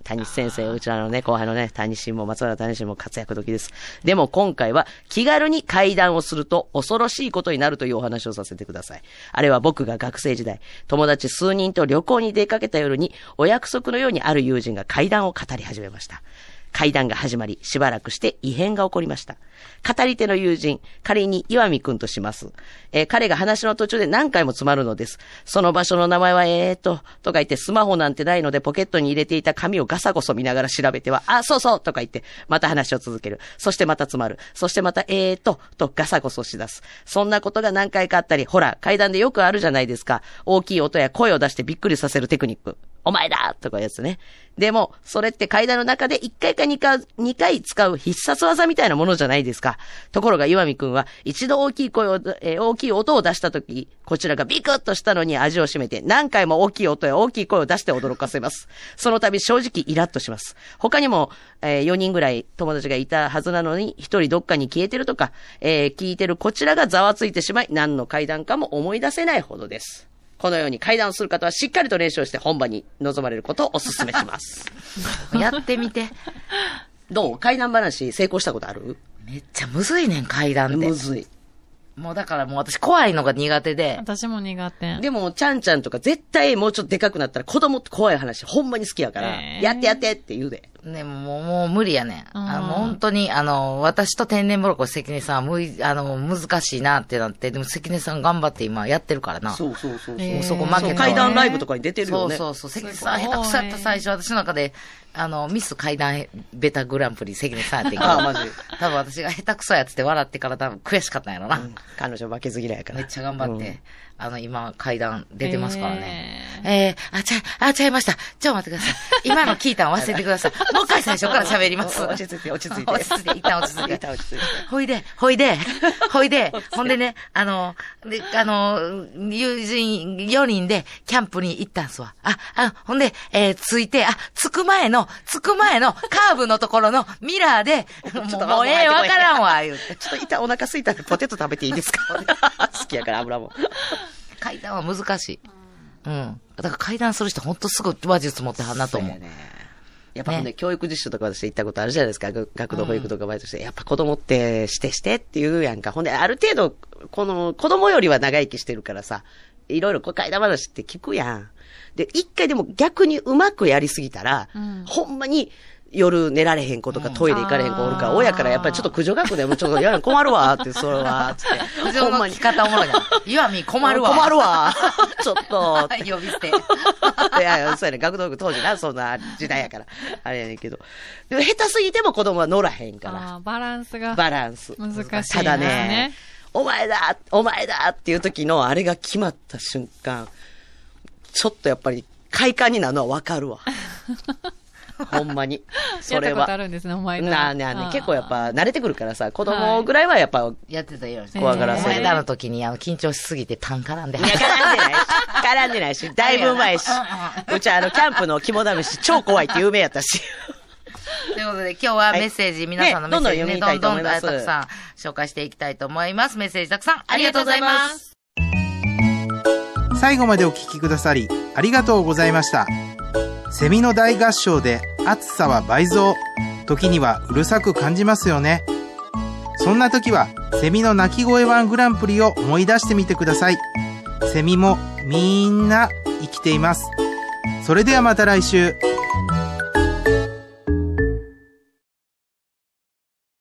Speaker 3: 谷先生、うちらのね、後輩のね、谷氏も松原谷氏も活躍時です。でも今回は気軽に会談をすると恐ろしいことになるというお話をさせてください。あれは僕が学生時代、友達数人と旅行に出かけた夜に、お約束のようにある友人が会談を語り始めました。会談が始まり、しばらくして異変が起こりました。語り手の友人、仮に岩見くんとします。えー彼が話の途中で何回も詰まるのです。その場所の名前はえーと、とか言ってスマホなんてないのでポケットに入れていた紙をガサゴソ見ながら調べては、あ、そうそうとか言って、また話を続ける。そしてまた詰まる。そしてまたえーと、とガサゴソし出す。そんなことが何回かあったり、ほら、階段でよくあるじゃないですか。大きい音や声を出してびっくりさせるテクニック。お前だとかいうやつね。でも、それって階段の中で1回か2回、2回使う必殺技みたいなものじゃないですか。ところが岩見くんは、一度大きい声を、えー大きい音を出したとき、こちらがビクッとしたのに味を占めて、何回も大きい音や大きい声を出して驚かせます。その度正直イラッとします。他にも、え4人ぐらい友達がいたはずなのに、1人どっかに消えてるとか、えー聞いてるこちらがざわついてしまい、何の階段かも思い出せないほどです。このように会談をする方はしっかりと練習をして本番に臨まれることをお勧めします。
Speaker 4: やってみて。
Speaker 3: どう会談話成功したことある
Speaker 4: めっちゃむずいねん、階段って
Speaker 3: む。ずい。
Speaker 4: もうだからもう私怖いのが苦手で。
Speaker 6: 私も苦手。
Speaker 3: でも、ちゃんちゃんとか絶対もうちょっとでかくなったら子供って怖い話ほんまに好きやから、
Speaker 6: ねえ
Speaker 3: やってやってって言うで。
Speaker 4: ね、もう、もう無理やねん。あ
Speaker 6: うん
Speaker 4: の、本当に、あの、私と天然ボロコ関根さんはむい、あの、難しいなってなって、でも関根さん頑張って今やってるからな。
Speaker 3: そうそうそうそう。
Speaker 6: えー
Speaker 4: そこ負けたわ
Speaker 3: そう階段ライブとかに出てる
Speaker 4: そ
Speaker 3: よ
Speaker 4: う
Speaker 3: ね。
Speaker 4: そううそう。関根
Speaker 6: す
Speaker 4: さん
Speaker 6: ごい
Speaker 4: 下手くそやった最初、私の中で、あの、ミス階段ベタグランプリ関根さんやってんけど
Speaker 3: あマジ
Speaker 4: 多分私が下手くそやっつって笑ってから多分悔しかったんやろな。
Speaker 3: ん彼女負けず嫌やから。
Speaker 4: めっちゃ頑張って、
Speaker 3: うん
Speaker 4: あの、今、階段出てますからね。えーあ、ちゃい、あ、ちゃいました。ちょっと待ってください。今の聞いたの忘れてください。もう一回最初から喋ります。
Speaker 3: 落ち着いて、落ち着いて。
Speaker 4: 落ち着いて一旦落ち着い て
Speaker 3: 一旦落ち着いて。
Speaker 4: ほいで、ほいで、ほいで、ほんでね、あの、で、あの、友人4人でキャンプに行ったんすわ。あ、あ、ほんで、えー、着いて、あ、着く前の、着く前のカーブのところのミラーで、
Speaker 3: ちょっ
Speaker 4: もう
Speaker 3: と
Speaker 4: もうええ、わからんわ、言うて。
Speaker 3: ちょっと一旦お腹空いたんでポテト食べていいですか 好きやから油も。
Speaker 4: 階段は難しい。うん。だから階段する人ほんとすぐ話術持ってはんなと思う。
Speaker 3: そうやねやっぱほんで
Speaker 4: ね
Speaker 3: 教育実習とか私行ったことあるじゃないですか。学学童保育とかバイトして。やっぱ子供ってしてしてって言うやんか。ほんで、ある程度、この、子供よりは長生きしてるからさ、いろいろこう怪談話って聞くやん。で、一回でも逆にうまくやりすぎたら、ほんまに、夜寝られへん子とか、トイレ行かれへん子おるから、親からやっぱりちょっと苦情学でもうちょっとやる困るわ、って、それは、つって。
Speaker 4: 苦情の聞き方おもろいな。岩見困 るわ。
Speaker 3: 困るわ。ちょっと。
Speaker 4: 呼び捨 て。
Speaker 3: いやいや、そうやね。学童服当時な、そんな時代やから。あれやねんけど。でも下手すぎても子供は乗らへんか
Speaker 6: あーバランスが
Speaker 3: ら。バランス。
Speaker 6: 難しいです
Speaker 3: ただね
Speaker 6: ね。、
Speaker 3: お前だお前だっていう時のあれが決まった瞬間、ちょっとやっぱり快感になるのはわか るわ。ほんまに。それ
Speaker 6: やったことあ
Speaker 3: は。
Speaker 6: るんですね、お前
Speaker 3: なあねあね、結構やっぱ慣れてくるからさ、子供ぐらいはやっぱ、い
Speaker 4: やってたよ。
Speaker 3: 怖がらせ
Speaker 4: お前らの時に、あの、緊張しすぎて、単んからんで。
Speaker 3: や、絡んでないし、絡んでないし、だいぶ前し、うちはあの、キャンプの肝試し、超怖いって有名やったし。
Speaker 4: ということで、今日はメッセージ、
Speaker 3: はい
Speaker 4: 皆さんのメッセージね、
Speaker 3: ね
Speaker 4: ど
Speaker 3: ど
Speaker 4: ん
Speaker 3: ん
Speaker 4: ど
Speaker 3: ど
Speaker 4: ん
Speaker 3: ん読みたいと思います
Speaker 4: たくさん紹介していきたいと思います。メッセージたくさんありがとうございます。
Speaker 2: 最後までお聞きくださりありがとうございましたセミの大合唱で暑さは倍増時にはうるさく感じますよねそんな時はセミの鳴き声ワングランプリを思い出してみてくださいセミもみんな生きていますそれではまた来週